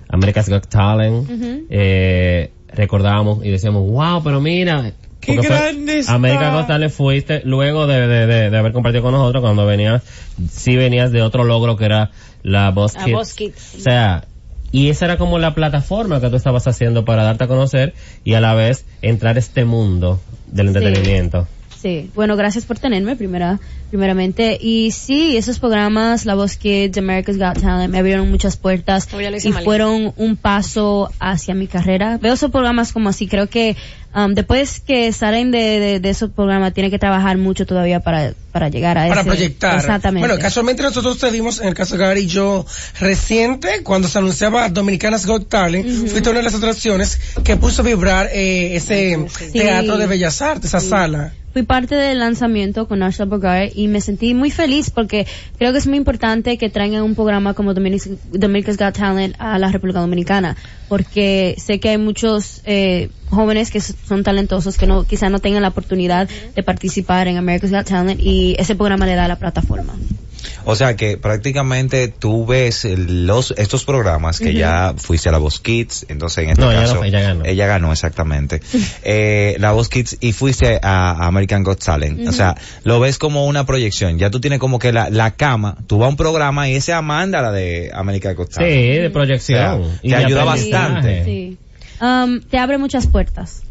Speaker 5: America's Got Talent, eh, recordábamos y decíamos, wow, pero mira.
Speaker 3: Qué
Speaker 5: porque fue-
Speaker 3: grande está.
Speaker 5: America's Got Talent fuiste luego de, de, de, de haber compartido con nosotros cuando venías, sí venías de otro logro que era la Voz
Speaker 2: La
Speaker 5: Kids.
Speaker 2: Voz Kids.
Speaker 5: O sea, y esa era como la plataforma que tú estabas haciendo para darte a conocer y a la vez entrar a este mundo del entretenimiento.
Speaker 7: Sí, bueno, gracias por tenerme primera, primeramente. Y sí, esos programas, La Voz Kids, America's Got Talent, me abrieron muchas puertas
Speaker 2: Oh, ya lo hice
Speaker 7: y
Speaker 2: mal.
Speaker 7: fueron un paso hacia mi carrera. Veo esos programas como así, creo que um, después que salen de, de, de esos programas, tiene que trabajar mucho todavía para, para llegar a
Speaker 4: Para
Speaker 7: ese-
Speaker 4: proyectar.
Speaker 7: Exactamente.
Speaker 4: Bueno, casualmente nosotros te vimos, en el caso de Gary y yo, reciente, cuando se anunciaba Dominicanas Got Talent, fuiste una de las atracciones que puso a vibrar eh, ese teatro de Bellas Artes, esa sala.
Speaker 7: Fui parte del lanzamiento con Asha Bogart y me sentí muy feliz porque creo que es muy importante que traigan un programa como Dominic- Dominica's Got Talent a la República Dominicana porque sé que hay muchos eh, jóvenes que s- son talentosos que no quizá no tengan la oportunidad de participar en America's Got Talent y ese programa le da la plataforma.
Speaker 6: O sea que prácticamente tú ves los estos programas que ya fuiste a la Voz Kids, entonces en este
Speaker 5: No, ella no
Speaker 6: caso
Speaker 5: fue, ella ganó.
Speaker 6: ella ganó, exactamente. eh, la Voz Kids y fuiste a, a American Got Talent. O sea, lo ves como una proyección. Ya tú tienes como que la, la cama, tú vas a un programa y esa Amanda la de American Got
Speaker 5: Sí,
Speaker 6: Talent.
Speaker 5: de proyección.
Speaker 6: O sea,
Speaker 5: y
Speaker 6: te
Speaker 5: de
Speaker 6: ayuda
Speaker 5: aprendizaje.
Speaker 6: bastante.
Speaker 7: Sí. Um, te abre muchas puertas.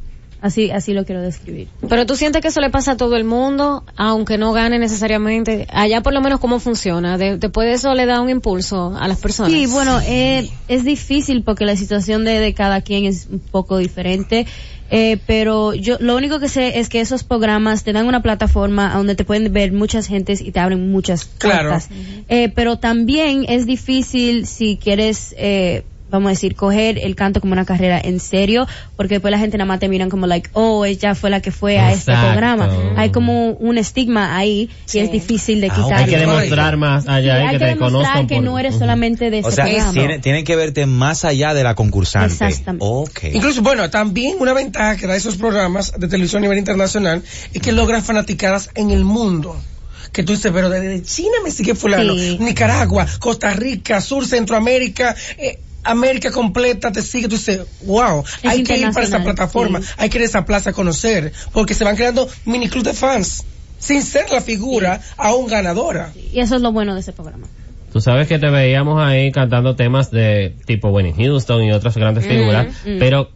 Speaker 7: Así, así lo quiero describir.
Speaker 2: Pero tú sientes que eso le pasa a todo el mundo, aunque no gane necesariamente. Allá por lo menos cómo funciona. De- después de eso le da un impulso a las personas.
Speaker 7: Sí, bueno, eh, es difícil porque la situación de, de cada quien es un poco diferente. Eh, pero yo lo único que sé es que esos programas te dan una plataforma a donde te pueden ver muchas gentes y te abren muchas
Speaker 4: Claro.
Speaker 7: puertas. Eh, pero también es difícil si quieres, eh, vamos a decir, coger el canto como una carrera en serio, porque después la gente nada más te miran como like, oh, ella fue la que fue a este
Speaker 5: Exacto.
Speaker 7: programa. Hay como un estigma ahí
Speaker 2: Sí.
Speaker 7: y es difícil de
Speaker 6: Ah,
Speaker 7: quitar.
Speaker 5: Hay que
Speaker 6: Ay,
Speaker 5: demostrar más allá
Speaker 7: Sí,
Speaker 5: y
Speaker 7: hay
Speaker 5: que,
Speaker 7: que
Speaker 5: te
Speaker 7: demostrar
Speaker 5: conozcan.
Speaker 7: que
Speaker 5: por-
Speaker 7: no eres
Speaker 5: Ujú.
Speaker 7: solamente de ese
Speaker 6: O sea,
Speaker 7: programa.
Speaker 6: tiene- tienen que verte más allá de la concursante.
Speaker 7: Exactamente.
Speaker 6: Ok.
Speaker 4: Incluso, bueno, también una ventaja que da esos programas de televisión a nivel internacional es que logran fanaticadas en el mundo. Que tú dices, pero desde China me sigue fulano,
Speaker 7: Sí.
Speaker 4: Nicaragua, Costa Rica, Sur, Centroamérica, eh, América completa te sigue, tú dices, wow,
Speaker 7: Es
Speaker 4: hay que ir para esa
Speaker 7: internacional,
Speaker 4: plataforma,
Speaker 7: sí.
Speaker 4: hay que ir a esa plaza a conocer, porque se van creando mini club de fans, sin ser la figura aún ganadora.
Speaker 7: Y eso es lo bueno de ese programa.
Speaker 5: Tú sabes que te veíamos ahí cantando temas de tipo Winnie Houston y otras grandes figuras,
Speaker 7: mm.
Speaker 5: pero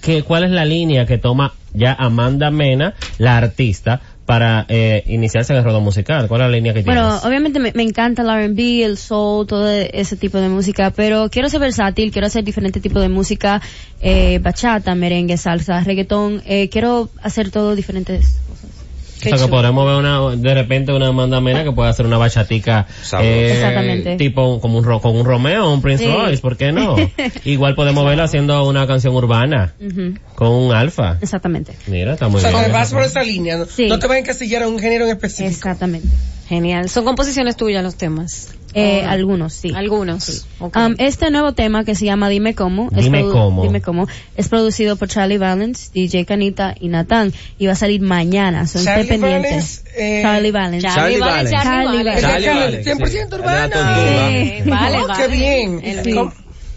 Speaker 5: ¿qué, ¿cuál es la línea que toma ya Amanda Mena, la artista, para eh, iniciarse en el rodo musical? ¿Cuál es la línea que
Speaker 7: Bueno,
Speaker 5: tienes?
Speaker 7: obviamente me, me encanta el R&B, el soul, todo ese tipo de música, pero quiero ser versátil, quiero hacer diferente tipo de música, eh, bachata, merengue, salsa, reggaetón, eh, quiero hacer todo diferentes cosas.
Speaker 5: O sea, que podremos ver una, de repente una Amanda Mena que pueda hacer una bachatica, eh,
Speaker 6: Sabroso.
Speaker 7: Exactamente.
Speaker 5: tipo como un, ro- con un Romeo, un Prince
Speaker 7: Sí.
Speaker 5: Royce, ¿por qué no? Igual podemos verla haciendo una canción urbana
Speaker 7: Ujú,
Speaker 5: con un alfa.
Speaker 7: Exactamente.
Speaker 5: Mira, está muy
Speaker 4: O sea,
Speaker 5: bien.
Speaker 4: te vas por esa línea, no-
Speaker 7: Sí.
Speaker 4: no te vas a encasillar a un género en específico.
Speaker 7: Exactamente.
Speaker 2: Genial. Son composiciones tuyas los temas.
Speaker 7: Eh, Algunos, sí.
Speaker 2: Algunos. Oh. Ok.
Speaker 7: Um, este nuevo tema que se llama Dime Cómo,
Speaker 5: Dime
Speaker 7: produ-
Speaker 5: Cómo.
Speaker 7: Dime Cómo, es producido por Charlie Valence, DJ Canita y Nathan y va a salir mañana, son
Speaker 4: Charlie
Speaker 7: pendientes.
Speaker 4: Valence, eh,
Speaker 7: Charlie Valence.
Speaker 6: Charlie Valens.
Speaker 7: Charlie
Speaker 2: Charlie
Speaker 7: Valens.
Speaker 2: Valens.
Speaker 6: Charlie Valens, sí.
Speaker 4: 100%
Speaker 6: De la
Speaker 4: urbana.
Speaker 6: tortuga.
Speaker 2: Eh, vale,
Speaker 4: Oh,
Speaker 2: vale.
Speaker 4: qué bien.
Speaker 2: El
Speaker 4: Sí. ¿Cómo,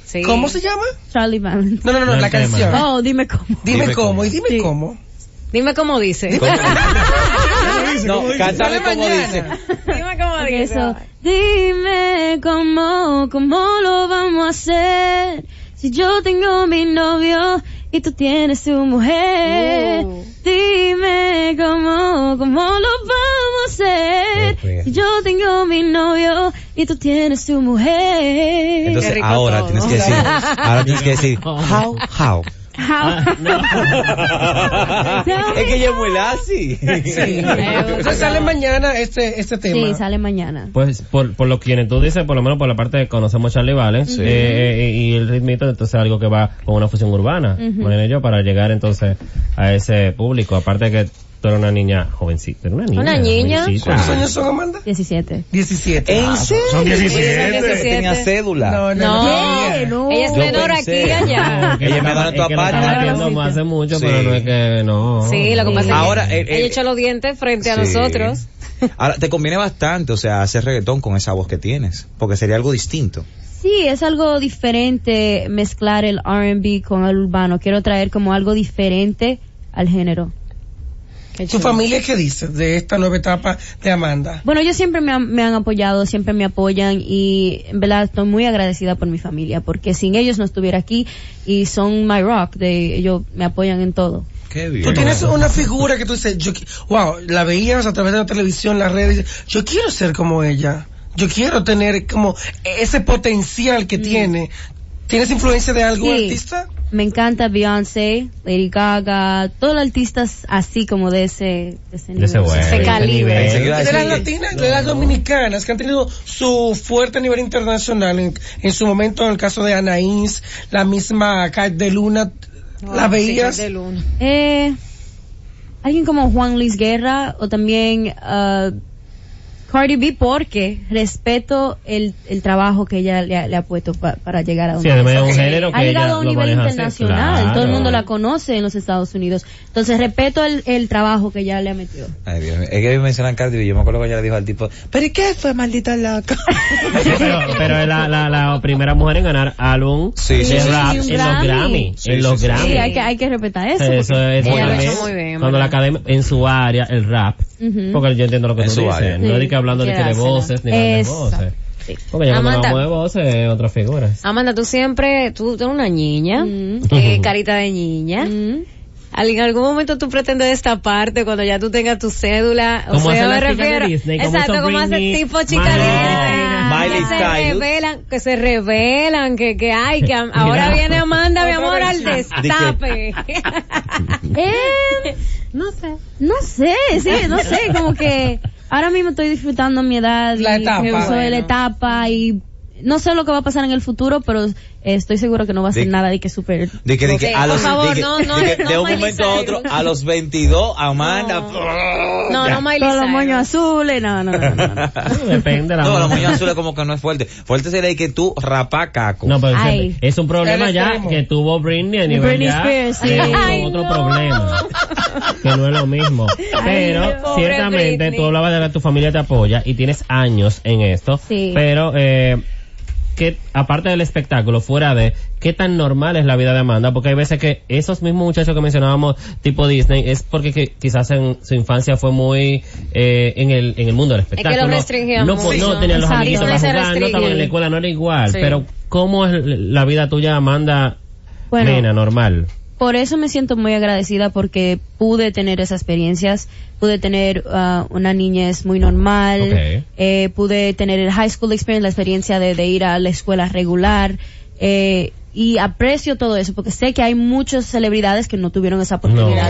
Speaker 2: Sí.
Speaker 4: cómo se llama?
Speaker 7: Charlie Valence.
Speaker 4: No, no, no, no,
Speaker 5: No
Speaker 4: la
Speaker 5: el tema.
Speaker 4: canción.
Speaker 7: Oh, dime cómo.
Speaker 4: Dime,
Speaker 6: Dime
Speaker 4: cómo,
Speaker 6: cómo.
Speaker 4: y dime cómo.
Speaker 2: Dime cómo dice.
Speaker 4: Ah,
Speaker 6: No, cántame
Speaker 4: Dale
Speaker 6: como dice.
Speaker 4: mañana.
Speaker 2: Dime cómo
Speaker 7: Porque eso, dime cómo, cómo lo vamos a hacer. Si yo tengo mi novio y tú tienes tu mujer.
Speaker 2: Uh.
Speaker 7: Dime cómo, cómo lo vamos a hacer.
Speaker 6: Qué fea.
Speaker 7: Si yo tengo mi novio y tú tienes tu mujer.
Speaker 6: Entonces
Speaker 2: rico
Speaker 6: ahora
Speaker 2: todo.
Speaker 6: tienes que decir, ahora tienes que decir, how, how. es que ella es muy lazy.
Speaker 4: Sí. Entonces sale mañana este, este tema.
Speaker 7: Sí, sale mañana.
Speaker 5: Pues por, por lo que tú dices, por lo menos por la parte de conocemos Charlie Valens eh, eh, y el ritmito, entonces es algo que va con una fusión urbana,
Speaker 7: Ujú.
Speaker 5: Morena y yo, para llegar entonces a ese público. Aparte de que tú eres una niña jovencita, eres una niña.
Speaker 2: Una niña.
Speaker 5: jovencita.
Speaker 4: ¿Cuántos años son, Amanda?
Speaker 7: 17.
Speaker 4: 17.
Speaker 6: ¿En serio?
Speaker 3: Son 17.
Speaker 2: 17.
Speaker 6: Tenía cédula.
Speaker 4: No,
Speaker 2: No,
Speaker 4: no, no.
Speaker 2: ella es
Speaker 6: Yo
Speaker 2: menor
Speaker 6: pensé.
Speaker 2: aquí y allá.
Speaker 5: Porque
Speaker 6: Ella
Speaker 5: es
Speaker 6: me
Speaker 5: que
Speaker 6: mandó
Speaker 5: la- es
Speaker 6: tu
Speaker 5: que la
Speaker 6: aparte.
Speaker 5: están
Speaker 7: Ah,
Speaker 5: viendo
Speaker 7: sí.
Speaker 5: hace mucho,
Speaker 6: Sí.
Speaker 5: pero no es que no.
Speaker 2: Sí, lo que pasa es que
Speaker 6: Ahora, eh, eh,
Speaker 2: ella echa los dientes frente a
Speaker 6: Sí.
Speaker 2: nosotros.
Speaker 6: Ahora, te conviene bastante, o sea, hacer reggaetón con esa voz que tienes, porque sería algo distinto.
Speaker 7: Sí, es algo diferente mezclar el R&B con el urbano. Quiero traer como algo diferente al género.
Speaker 4: ¿Tu familia qué dice de esta nueva etapa de Amanda?
Speaker 7: Bueno, ellos siempre me han, me han apoyado, siempre me apoyan y en verdad estoy muy agradecida por mi familia porque sin ellos no estuviera aquí y son my rock. De, ellos me apoyan en todo.
Speaker 6: Qué
Speaker 4: Tú tienes una figura que tú dices, yo, qui- wow, la veías a través de la televisión, las redes, dices, yo quiero ser como ella, yo quiero tener como ese potencial que tiene. ¿Tienes influencia de algún
Speaker 7: Sí.
Speaker 4: artista?
Speaker 7: Me encanta Beyoncé, Lady Gaga, todos los artistas así como de ese, de ese
Speaker 5: De
Speaker 7: nivel.
Speaker 5: ese güey.
Speaker 2: Se calibre.
Speaker 5: Ese nivel.
Speaker 6: Iba a
Speaker 4: de las
Speaker 6: decir-
Speaker 4: latinas, de las dominicanas, que han tenido su fuerte nivel internacional. En, en su momento, en el caso de Anaís, la misma Kat de Luna,
Speaker 7: Ah,
Speaker 4: la veías.
Speaker 2: Sí, del uno.
Speaker 7: Eh, alguien como Juan Luis Guerra o también ah, Cardi B porque respeto el, el trabajo que ella le ha, le ha puesto pa- para llegar a
Speaker 5: Sí,
Speaker 7: donde
Speaker 5: además es un
Speaker 7: está.
Speaker 5: género que
Speaker 7: ha
Speaker 5: ella
Speaker 7: llegado a un
Speaker 5: lo
Speaker 7: nivel
Speaker 5: maneja así,
Speaker 7: internacional,
Speaker 5: claro.
Speaker 7: todo el mundo la conoce en los Estados Unidos. Entonces respeto el, el trabajo que ella le ha metido.
Speaker 6: Ay, Dios mío. Es que mencionan Cardi B, yo me acuerdo que ella le dijo al tipo, ¿pero y qué fue, maldita loca?
Speaker 5: Sí, pero, pero es la, la, la primera mujer en ganar álbum
Speaker 6: Sí, sí,
Speaker 5: de
Speaker 6: sí,
Speaker 5: rap
Speaker 7: sí, un
Speaker 5: en los
Speaker 7: Grammy.
Speaker 5: Grammy.
Speaker 6: Sí,
Speaker 5: en
Speaker 6: sí,
Speaker 5: los
Speaker 6: sí, sí.
Speaker 5: Grammy.
Speaker 7: Sí, hay que, hay que respetar eso.
Speaker 5: Eso es
Speaker 2: Ella
Speaker 5: cuando
Speaker 2: lo ha hecho
Speaker 5: la-
Speaker 2: muy bien,
Speaker 5: cuando la
Speaker 2: ¿verdad?
Speaker 5: academia en su área el rap
Speaker 7: Ujú.
Speaker 5: porque yo entiendo lo que
Speaker 6: En
Speaker 5: tú
Speaker 6: su
Speaker 5: dices
Speaker 6: área.
Speaker 5: no
Speaker 7: Sí.
Speaker 5: es que hablando de, que de
Speaker 2: Quedársela.
Speaker 5: voces ni de
Speaker 7: Exacto.
Speaker 5: voces porque ya cuando
Speaker 2: Amanda.
Speaker 5: hablamos de voces es otra figura
Speaker 2: Amanda, tú siempre, tú eres una niña,
Speaker 7: Mm.
Speaker 2: eh, carita de niña.
Speaker 7: Mm.
Speaker 2: Al- En algún momento tú pretendes destaparte cuando ya tú tengas tu cédula. O
Speaker 5: Como
Speaker 2: sea,
Speaker 5: hacen
Speaker 2: me
Speaker 5: las chicas de
Speaker 2: refiero.
Speaker 5: Disney, como
Speaker 2: exacto,
Speaker 5: hizo
Speaker 2: como hace
Speaker 5: Britney,
Speaker 2: tipo chica
Speaker 5: Madonna,
Speaker 2: de
Speaker 6: Miley
Speaker 2: Disney. Ah, Que se
Speaker 6: Cyrus.
Speaker 2: revelan, que se revelan, que, que ay, que am- ahora
Speaker 5: Mira.
Speaker 2: viene Amanda, mi amor, al
Speaker 6: versión.
Speaker 2: destape.
Speaker 7: Eh, no sé. No sé, sí, no sé, como que ahora mismo estoy disfrutando mi edad. y
Speaker 4: La etapa.
Speaker 7: soy
Speaker 2: Bueno.
Speaker 7: la etapa y no sé lo que va a pasar en el futuro, pero eh, estoy seguro que no va a ser
Speaker 6: De-
Speaker 7: nada de que super.
Speaker 6: De que, de
Speaker 2: Ok,
Speaker 6: que, a
Speaker 2: por
Speaker 6: los, de
Speaker 2: favor,
Speaker 6: que-
Speaker 2: no, no,
Speaker 6: de que
Speaker 2: no,
Speaker 6: de un
Speaker 2: Miley
Speaker 6: momento a otro,
Speaker 2: Cyrus.
Speaker 6: a los 22, Amanda.
Speaker 2: No, no, Miley
Speaker 7: Todos los
Speaker 2: Cyrus.
Speaker 7: moños azules, eh, no, no, no. no, no.
Speaker 5: depende de la
Speaker 6: Ah. No, la
Speaker 5: voz.
Speaker 6: moña azul es como que no es fuerte. Fuerte sería que tú rapa caco.
Speaker 5: No, pero
Speaker 7: Ay.
Speaker 5: siempre- es un problema
Speaker 4: El
Speaker 5: ya
Speaker 4: extremo.
Speaker 5: que tuvo Britney a nivel
Speaker 7: Britney
Speaker 5: ya
Speaker 7: Spears, sí.
Speaker 5: de otro-
Speaker 7: Ay,
Speaker 5: otro problema que no es lo mismo pero
Speaker 2: pobre
Speaker 5: ciertamente
Speaker 2: Britney.
Speaker 5: tú hablabas de que tu familia te apoya y tienes años en esto
Speaker 7: Sí.
Speaker 5: pero eh, qué, aparte del espectáculo, fuera de qué tan normal es la vida de Amanda, porque hay veces que esos mismos muchachos que mencionábamos, tipo Disney, es porque que- quizás en su infancia fue muy eh, en, el, en el mundo del espectáculo.
Speaker 2: lo
Speaker 5: No-
Speaker 2: restringían
Speaker 5: no,
Speaker 2: mucho.
Speaker 5: po- no
Speaker 2: Sí.
Speaker 5: tenían los
Speaker 2: Exacto.
Speaker 5: amiguitos para
Speaker 2: Disney se
Speaker 5: jugar, no estaban en la
Speaker 2: restringe.
Speaker 5: escuela, no era igual,
Speaker 2: Sí.
Speaker 5: pero ¿cómo es la vida tuya, Amanda?
Speaker 7: Bueno.
Speaker 5: Nena, normal.
Speaker 7: por eso me siento muy agradecida porque pude tener esas experiencias, pude tener ah, una niñez muy normal,
Speaker 5: Ok.
Speaker 7: eh, pude tener el high school experience, la experiencia de, de ir a la escuela regular, eh, y aprecio todo eso porque sé que hay muchas celebridades que no tuvieron esa oportunidad.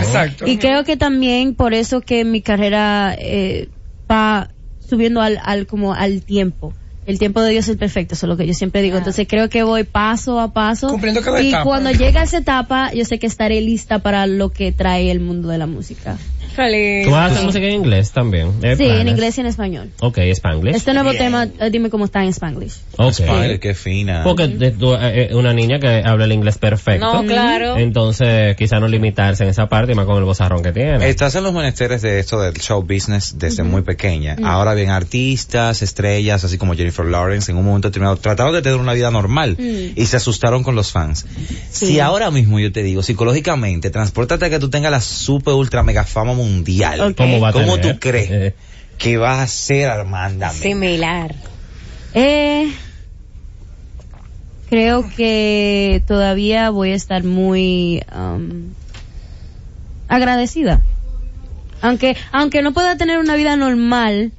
Speaker 5: No.
Speaker 4: Exacto.
Speaker 7: Y creo que también por eso que mi carrera eh, va subiendo al, al como al tiempo. El tiempo de Dios es perfecto, eso es lo que yo siempre digo. Entonces creo que voy paso a paso.
Speaker 4: Cumpliendo cada
Speaker 7: y
Speaker 4: etapa.
Speaker 7: cuando llegue a esa etapa, yo sé que estaré lista para lo que trae el mundo de la música.
Speaker 2: Feliz.
Speaker 5: ¿Tú vas a hacer música en inglés también? ¿Hay
Speaker 7: sí, en
Speaker 5: planes?
Speaker 7: inglés y en español.
Speaker 5: Ok, Spanglish.
Speaker 7: Este nuevo tema, eh, dime cómo está en Spanglish.
Speaker 5: Ok.
Speaker 6: Padre, qué fina.
Speaker 5: Porque de- tú, eh, eh, una niña que habla el inglés perfecto.
Speaker 2: No, claro.
Speaker 5: Entonces, quizá no limitarse en esa parte, y más con el bozarrón que tiene.
Speaker 6: Estás en los menesteres de esto del show business desde muy pequeña. Ahora bien, artistas, estrellas, así como Jennifer Lawrence, en un momento determinado, trataron de tener una vida normal y se asustaron con los fans. Si ahora mismo yo te digo, psicológicamente, transportate a que tú tengas la super ultra mega fama mundial.
Speaker 7: Ok.
Speaker 5: ¿Cómo va a
Speaker 6: ¿Cómo
Speaker 5: tener?
Speaker 6: tú crees?
Speaker 5: Eh,
Speaker 6: ¿Qué vas a hacer, Armanda?
Speaker 2: Similar.
Speaker 7: Eh, creo que todavía voy a estar muy um, agradecida. Aunque, aunque no pueda tener una vida normal,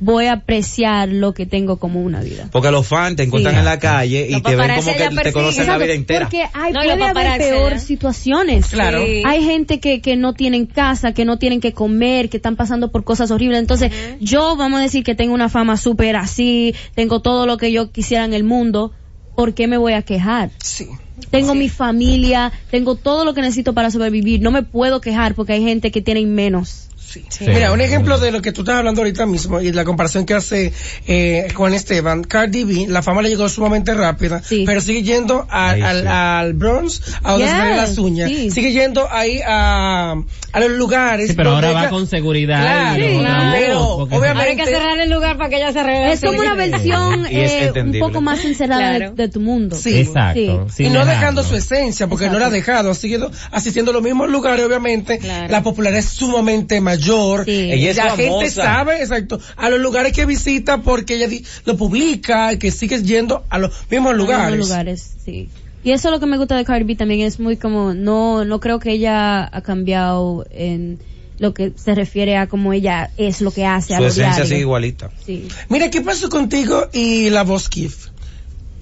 Speaker 7: voy a apreciar lo que tengo como una vida.
Speaker 6: Porque los fans te encuentran
Speaker 7: Sí.
Speaker 6: en la calle y
Speaker 2: Los
Speaker 6: te ven
Speaker 2: paparazzi
Speaker 6: como
Speaker 2: la
Speaker 6: que te
Speaker 2: persiguen.
Speaker 6: conocen la
Speaker 7: Exacto,
Speaker 6: vida entera.
Speaker 7: Porque hay,
Speaker 2: No, y los
Speaker 7: puede haber
Speaker 2: paparazzi,
Speaker 7: peor
Speaker 2: ¿eh?
Speaker 7: situaciones.
Speaker 4: Claro.
Speaker 2: Sí.
Speaker 7: Hay gente que, que no tienen casa, que no tienen que comer, que están pasando por cosas horribles. Entonces, yo vamos a decir que tengo una fama súper así, tengo todo lo que yo quisiera en el mundo. ¿Por qué me voy a quejar?
Speaker 4: Sí.
Speaker 7: Tengo mi familia, tengo todo lo que necesito para sobrevivir. No me puedo quejar porque hay gente que tienen menos.
Speaker 5: sí.
Speaker 4: Mira, un ejemplo de lo que tú estás hablando ahorita mismo y la comparación que hace eh, Juan Esteban, Cardi B, la fama le llegó sumamente rápida,
Speaker 7: Sí.
Speaker 4: pero sigue yendo a-
Speaker 6: Ahí
Speaker 4: al,
Speaker 6: sí.
Speaker 4: al Bronx a donde se
Speaker 7: Yes,
Speaker 4: ven las uñas,
Speaker 7: sí.
Speaker 4: sigue yendo ahí a, a los lugares.
Speaker 5: Sí, pero ahora
Speaker 4: donde
Speaker 5: va
Speaker 4: ella-
Speaker 5: con seguridad.
Speaker 4: Claro,
Speaker 5: y los
Speaker 4: claro.
Speaker 5: abusos, porque- Ah,
Speaker 2: Ahora
Speaker 4: Obviamente.
Speaker 2: hay que cerrar el lugar para que ella se revele.
Speaker 7: Es como una versión
Speaker 6: Y es
Speaker 7: eh, un
Speaker 6: entendible.
Speaker 7: poco más encerrada de-
Speaker 2: Claro.
Speaker 7: de, tu mundo.
Speaker 4: Sí.
Speaker 5: Exacto.
Speaker 4: y
Speaker 5: sin
Speaker 4: no
Speaker 5: dejarlo.
Speaker 4: dejando su esencia, porque no la ha dejado, ha seguido asistiendo a los mismos lugares, obviamente.
Speaker 2: Claro.
Speaker 4: La popularidad es sumamente mayor.
Speaker 7: Sí.
Speaker 6: Ella es
Speaker 4: la
Speaker 6: famosa.
Speaker 4: gente sabe, exacto, a los lugares que visita porque ella di- lo publica, que sigue yendo a los mismos
Speaker 7: A
Speaker 4: lugares.
Speaker 7: los lugares, sí. Y eso es lo que me gusta de Cardi B también es muy como no no creo que ella ha cambiado en lo que se refiere a cómo ella es lo que hace a
Speaker 6: Su
Speaker 7: lo
Speaker 6: esencia
Speaker 7: diario.
Speaker 6: sigue igualita.
Speaker 7: Sí.
Speaker 4: Mira, ¿qué pasó contigo y la voz Kif?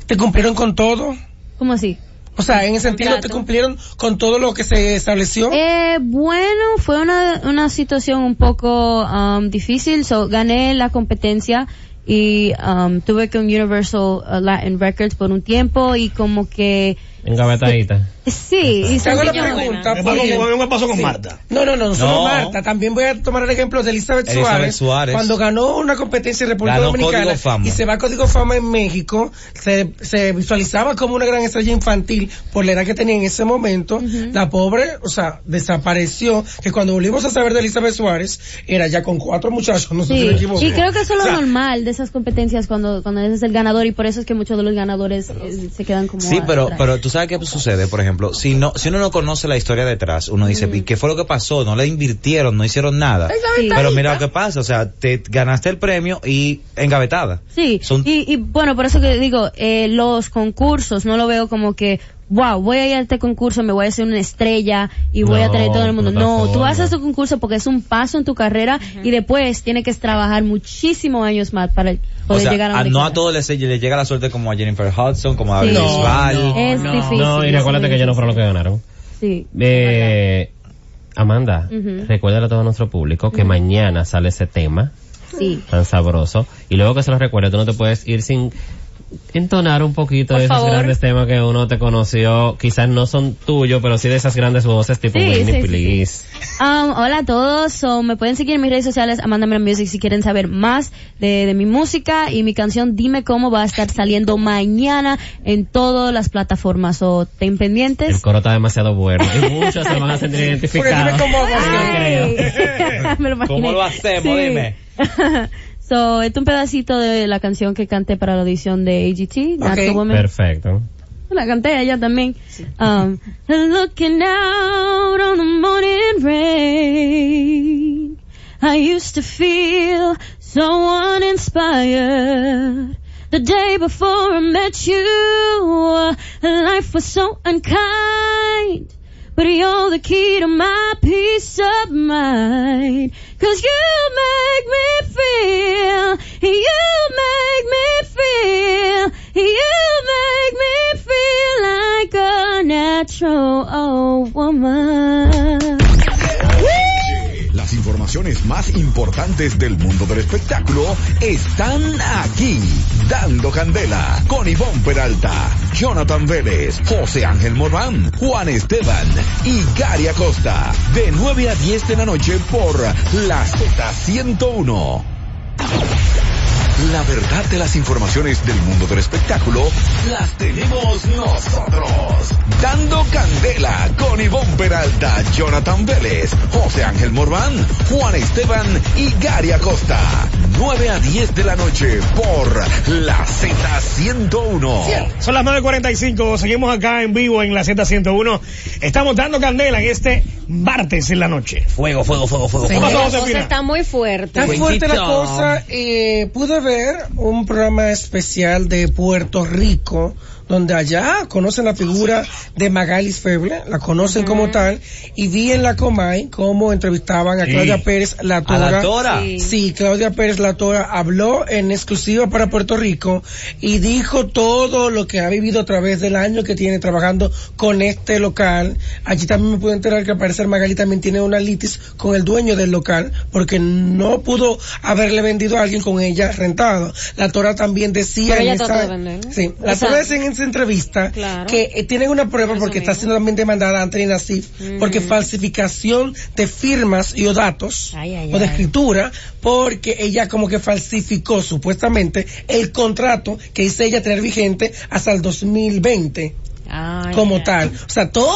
Speaker 4: ¿Te cumplieron con todo?
Speaker 7: ¿Cómo así?
Speaker 4: O sea, en ese sentido, ¿te cumplieron con todo lo que se estableció?
Speaker 7: Eh, bueno, fue una, una situación un poco um, difícil. So, gané la competencia y um, tuve con Universal uh, Latin Records por un tiempo y como que
Speaker 5: Engavetadita.
Speaker 7: sí, y
Speaker 4: Te hago la
Speaker 7: sentí como-
Speaker 4: pregunta.
Speaker 3: Me
Speaker 4: porque-
Speaker 3: pasó- me pasó con Marta.
Speaker 4: No, no, no, no solo
Speaker 6: No.
Speaker 4: Marta. También voy a tomar el ejemplo de Elizabeth,
Speaker 6: Elizabeth
Speaker 4: Suárez,
Speaker 6: Suárez.
Speaker 4: Cuando ganó una competencia en República
Speaker 6: Ganó
Speaker 4: Dominicana
Speaker 6: Código Fama.
Speaker 4: y se va a Código Fama en México, se, se visualizaba como una gran estrella infantil por la edad que tenía en ese momento. La pobre, o sea, desapareció. Que cuando volvimos a saber de Elizabeth Suárez, era ya con cuatro muchachos, no sé si
Speaker 7: Sí,
Speaker 4: me equivoco.
Speaker 7: y creo que eso es lo
Speaker 4: O sea,
Speaker 7: normal de esas competencias cuando, cuando ese es el ganador y por eso es que muchos de los ganadores eh, se quedan como...
Speaker 6: Sí, pero,
Speaker 7: atrás.
Speaker 6: pero tú sabes qué sucede, por ejemplo, si no, si uno no conoce la historia detrás, uno dice, ¿y qué fue lo que pasó? No le invirtieron, no hicieron nada.
Speaker 7: Sí.
Speaker 6: Pero mira lo que pasa, o sea, te ganaste el premio y engavetada.
Speaker 7: Sí,
Speaker 6: Son-
Speaker 7: y, y bueno, por eso que digo, eh, los concursos no lo veo como que, wow, voy a ir a este concurso, me voy a hacer una estrella y voy a
Speaker 5: No,
Speaker 7: traer todo el mundo. No, tú
Speaker 5: plataforma.
Speaker 7: vas a ese concurso porque es un paso en tu carrera y después tienes que trabajar muchísimos años más para
Speaker 6: O
Speaker 7: poder
Speaker 6: sea,
Speaker 7: llegar a
Speaker 6: a-
Speaker 7: donde
Speaker 6: no a
Speaker 7: quieras.
Speaker 6: todos les, le llega la suerte como a Jennifer Hudson, como a
Speaker 7: Sí.
Speaker 6: David
Speaker 7: No,
Speaker 6: Bisbal.
Speaker 7: Es difícil.
Speaker 5: No, y
Speaker 7: es
Speaker 5: recuérdate
Speaker 7: muy
Speaker 5: que yo no fueron los que
Speaker 7: difícil.
Speaker 5: ganaron.
Speaker 7: Sí.
Speaker 5: Eh, Amanda,
Speaker 7: Ujú.
Speaker 5: recuérdale a todo nuestro público que mañana sale ese tema.
Speaker 7: Sí.
Speaker 5: tan sabroso. Y luego que se los recuerde, tú no te puedes ir sin entonar un poquito
Speaker 2: Por
Speaker 5: de esos
Speaker 2: favor.
Speaker 5: grandes temas que uno te conoció. Quizás no son tuyos, pero sí de esas grandes voces tipo
Speaker 7: Sí,
Speaker 5: Whitney,
Speaker 7: sí, sí,
Speaker 5: please.
Speaker 7: Um, hola a todos, so, me pueden seguir en mis redes sociales Amanda Mera Music si quieren saber más de, de mi música y mi canción Dime Cómo va a estar saliendo mañana en todas las plataformas o ten
Speaker 5: El
Speaker 7: pendientes.
Speaker 5: coro está demasiado bueno. Y muchos se van a sentir identificados.
Speaker 4: Porque dime cómo
Speaker 5: Yo
Speaker 4: hago.
Speaker 5: creo.
Speaker 7: Me lo imaginé.
Speaker 6: ¿Cómo lo hacemos? Dime.
Speaker 7: So, este es un pedacito de la canción que canté para la audición de AGT, Not the
Speaker 4: Ok.
Speaker 7: Woman.
Speaker 5: Perfecto.
Speaker 7: La canté ella también. Um, looking out on the morning rain. I used to feel so uninspired. The day before I met you, uh, life was so unkind. But you're the key to my peace of mind. Cause you make me feel, you make me feel, you make me feel like a natural oh, woman.
Speaker 1: Las informaciones más importantes del mundo del espectáculo están aquí. Dando Candela con Ivonne Peralta, Jonathan Vélez, José Ángel Morán, Juan Esteban y Gary Acosta. De 9 a 10 de la noche por la Z101. La verdad de las informaciones del mundo del espectáculo las tenemos nosotros. Dando candela con Ivonne Peralta, Jonathan Vélez, José Ángel Morván, Juan Esteban y Gary Acosta. 9 a 10 de la noche por la Z101.
Speaker 3: Son las 9.45, seguimos acá en vivo en la Z101. Estamos dando candela en este martes en la noche.
Speaker 8: Fuego, fuego, fuego, fuego.
Speaker 3: ¿Cómo
Speaker 2: Señores,
Speaker 3: pasó,
Speaker 2: la
Speaker 3: Josefina?
Speaker 2: cosa está muy fuerte.
Speaker 4: Tan fuerte la
Speaker 8: Fueguito.
Speaker 4: cosa, eh, pude ver un programa especial de Puerto Rico, donde allá conocen la figura de Magalis Feble, la conocen como tal, y vi en la Comay cómo entrevistaban a
Speaker 3: Sí.
Speaker 4: Claudia Pérez La
Speaker 6: A la
Speaker 4: Tora.
Speaker 6: tora.
Speaker 2: Sí.
Speaker 4: Sí, Claudia Pérez La Tora habló en exclusiva para Puerto Rico y dijo todo lo que ha vivido a través del año que tiene trabajando con este local. Allí también me pude enterar que al parecer Magali también tiene una litis con el dueño del local porque no pudo haberle vendido a alguien con ella rentado. La Tora también
Speaker 2: Pero
Speaker 4: decía... en
Speaker 2: ella
Speaker 4: esa-
Speaker 2: trató de vender, ¿no?
Speaker 4: Sí, la
Speaker 2: O sea,
Speaker 4: Tora decía en esa entrevista
Speaker 2: Claro.
Speaker 4: que eh, tienen una prueba
Speaker 2: Eso
Speaker 4: porque está
Speaker 2: mismo.
Speaker 4: siendo también demandada Anthony Nassif porque falsificación de firmas y o datos
Speaker 2: Ay, ay,
Speaker 4: o de
Speaker 2: ay.
Speaker 4: escritura porque ella como que falsificó supuestamente el contrato que hizo ella tener vigente hasta el 2020
Speaker 2: Ay,
Speaker 4: como
Speaker 2: ay.
Speaker 4: tal. O sea, todo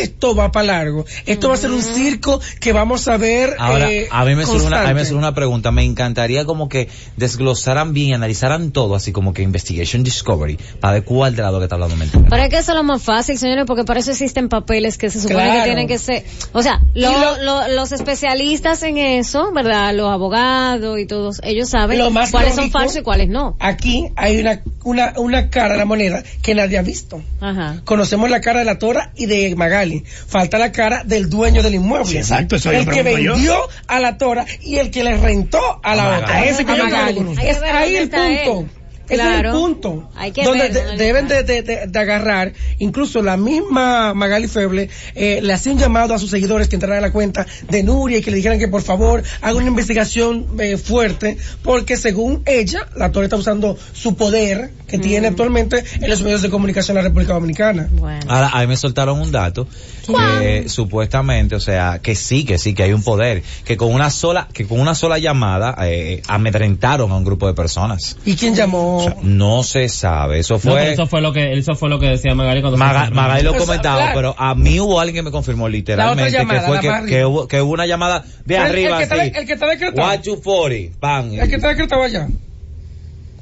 Speaker 4: esto va para largo. Esto va a ser un circo que vamos a ver.
Speaker 6: Ahora,
Speaker 4: eh,
Speaker 6: a mí me surge una, a mí me
Speaker 4: constante.
Speaker 6: surge una pregunta. Me encantaría como que desglosaran bien, analizaran todo, así como que investigation discovery, para ver cuál de lado que está hablando mentira.
Speaker 2: Pero es que eso es lo más fácil, señores, porque para eso existen papeles que se supone
Speaker 4: Claro.
Speaker 2: que tienen que ser, o sea, lo- lo- los especialistas en eso, ¿verdad? Los abogados y todos, ellos saben
Speaker 4: Lo más
Speaker 2: cuáles son
Speaker 4: lógico-
Speaker 2: falsos y cuáles no.
Speaker 4: Aquí hay una, una, una cara de la moneda que nadie ha visto.
Speaker 2: Ajá.
Speaker 4: Conocemos la cara de la Tora y de Magali. Falta la cara del dueño del inmueble.
Speaker 3: Sí, exacto, eso yo
Speaker 4: El que
Speaker 3: pregunto yo.
Speaker 4: vendió a la Tora y el que le rentó a la
Speaker 3: A
Speaker 4: otra.
Speaker 3: Magali. A ese que yo
Speaker 4: Magali.
Speaker 3: conozco.
Speaker 2: Hay que
Speaker 4: Es
Speaker 2: ver
Speaker 4: ahí
Speaker 2: dónde
Speaker 4: el
Speaker 2: está
Speaker 4: punto.
Speaker 2: él.
Speaker 4: Ese Es el
Speaker 2: Claro.
Speaker 4: punto.
Speaker 2: Hay que
Speaker 4: donde
Speaker 2: ver
Speaker 4: de-
Speaker 2: dónde
Speaker 4: deben
Speaker 2: está.
Speaker 4: de, de- de- de agarrar. Incluso la misma Magali Feble eh, le hacía un llamado a sus seguidores que entraran a la cuenta de Nuria y que le dijeran que por favor haga una investigación eh, fuerte porque según ella, la Tora está usando su poder que
Speaker 6: Mm.
Speaker 4: tiene actualmente en los medios de comunicación de la República Dominicana.
Speaker 2: Bueno.
Speaker 6: Ahora, a mí me soltaron un dato que supuestamente, o sea, que sí, que sí, que hay un poder, que con una sola, que con una sola llamada eh, amedrentaron a un grupo de personas.
Speaker 4: ¿Y quién llamó?
Speaker 6: No se sabe, eso
Speaker 5: No, pero
Speaker 6: fue.
Speaker 5: eso fue lo que eso fue lo que decía Magali cuando se
Speaker 6: Maga-
Speaker 5: encontró.
Speaker 6: Magali lo
Speaker 4: Eso,
Speaker 6: comentaba,
Speaker 4: claro.
Speaker 6: pero a mí hubo alguien que me confirmó literalmente
Speaker 4: La otra llamada,
Speaker 6: que fue
Speaker 4: la
Speaker 6: que,
Speaker 4: Barbie.
Speaker 6: que hubo, que hubo una llamada de
Speaker 4: El- el
Speaker 6: arriba
Speaker 4: que está-
Speaker 6: así.
Speaker 4: el que está decretado.
Speaker 6: One, two, forty, bam.
Speaker 4: El que está decretado allá.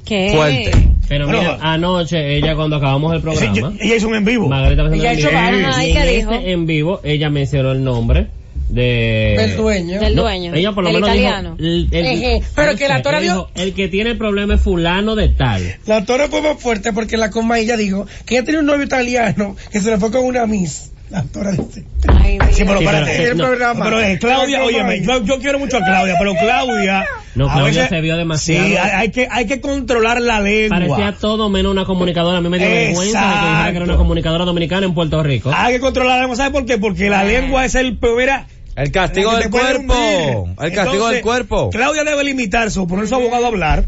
Speaker 2: ¿Qué?
Speaker 6: Fuerte.
Speaker 5: Pero mira,
Speaker 3: Bueno,
Speaker 5: anoche ella cuando acabamos el
Speaker 3: Sí, yo-
Speaker 5: programa,
Speaker 3: ella hizo un en vivo.
Speaker 5: Magali estaba haciendo
Speaker 4: Ella
Speaker 5: el
Speaker 4: hizo
Speaker 5: video,
Speaker 2: varios. Ajá, ¿y
Speaker 5: y en
Speaker 2: qué
Speaker 5: este
Speaker 2: dijo?
Speaker 5: en vivo ella mencionó el nombre de
Speaker 6: Eh.
Speaker 4: El dueño.
Speaker 2: Del
Speaker 5: No,
Speaker 2: dueño.
Speaker 5: ella por lo
Speaker 2: el
Speaker 5: menos dijo,
Speaker 2: italiano.
Speaker 5: el- el-
Speaker 4: Ejé, pero que la
Speaker 5: ella
Speaker 4: Tora dio-
Speaker 5: dijo, el que tiene el problema es fulano de tal.
Speaker 4: La Tora fue más fuerte porque la coma ella dijo que ella tenía un novio italiano que se le fue con una miss. La este Tora dice.
Speaker 2: Ay, Dios.
Speaker 3: Sí, pero
Speaker 5: Sí,
Speaker 3: espérate.
Speaker 5: pero-
Speaker 4: El
Speaker 5: no,
Speaker 4: programa.
Speaker 3: Pero eh, Claudia,
Speaker 4: La Comay.
Speaker 3: oye, yo, yo quiero mucho a Claudia, pero Claudia.
Speaker 5: No,
Speaker 3: a
Speaker 5: Claudia se vio demasiado.
Speaker 3: Sí, hay, hay que, hay que controlar la lengua.
Speaker 5: Parecía todo menos una comunicadora. A mí me dio vergüenza de que dijera que era una
Speaker 3: Exacto.
Speaker 5: comunicadora dominicana en Puerto Rico.
Speaker 3: Hay que controlar la lengua, ¿sabes por qué? Porque la lengua es el primera.
Speaker 6: El castigo
Speaker 3: la que
Speaker 6: del
Speaker 3: te puede
Speaker 6: cuerpo.
Speaker 3: hundir.
Speaker 6: El castigo
Speaker 3: Entonces,
Speaker 6: del cuerpo.
Speaker 3: Claudia debe limitarse o poner su abogado a hablar.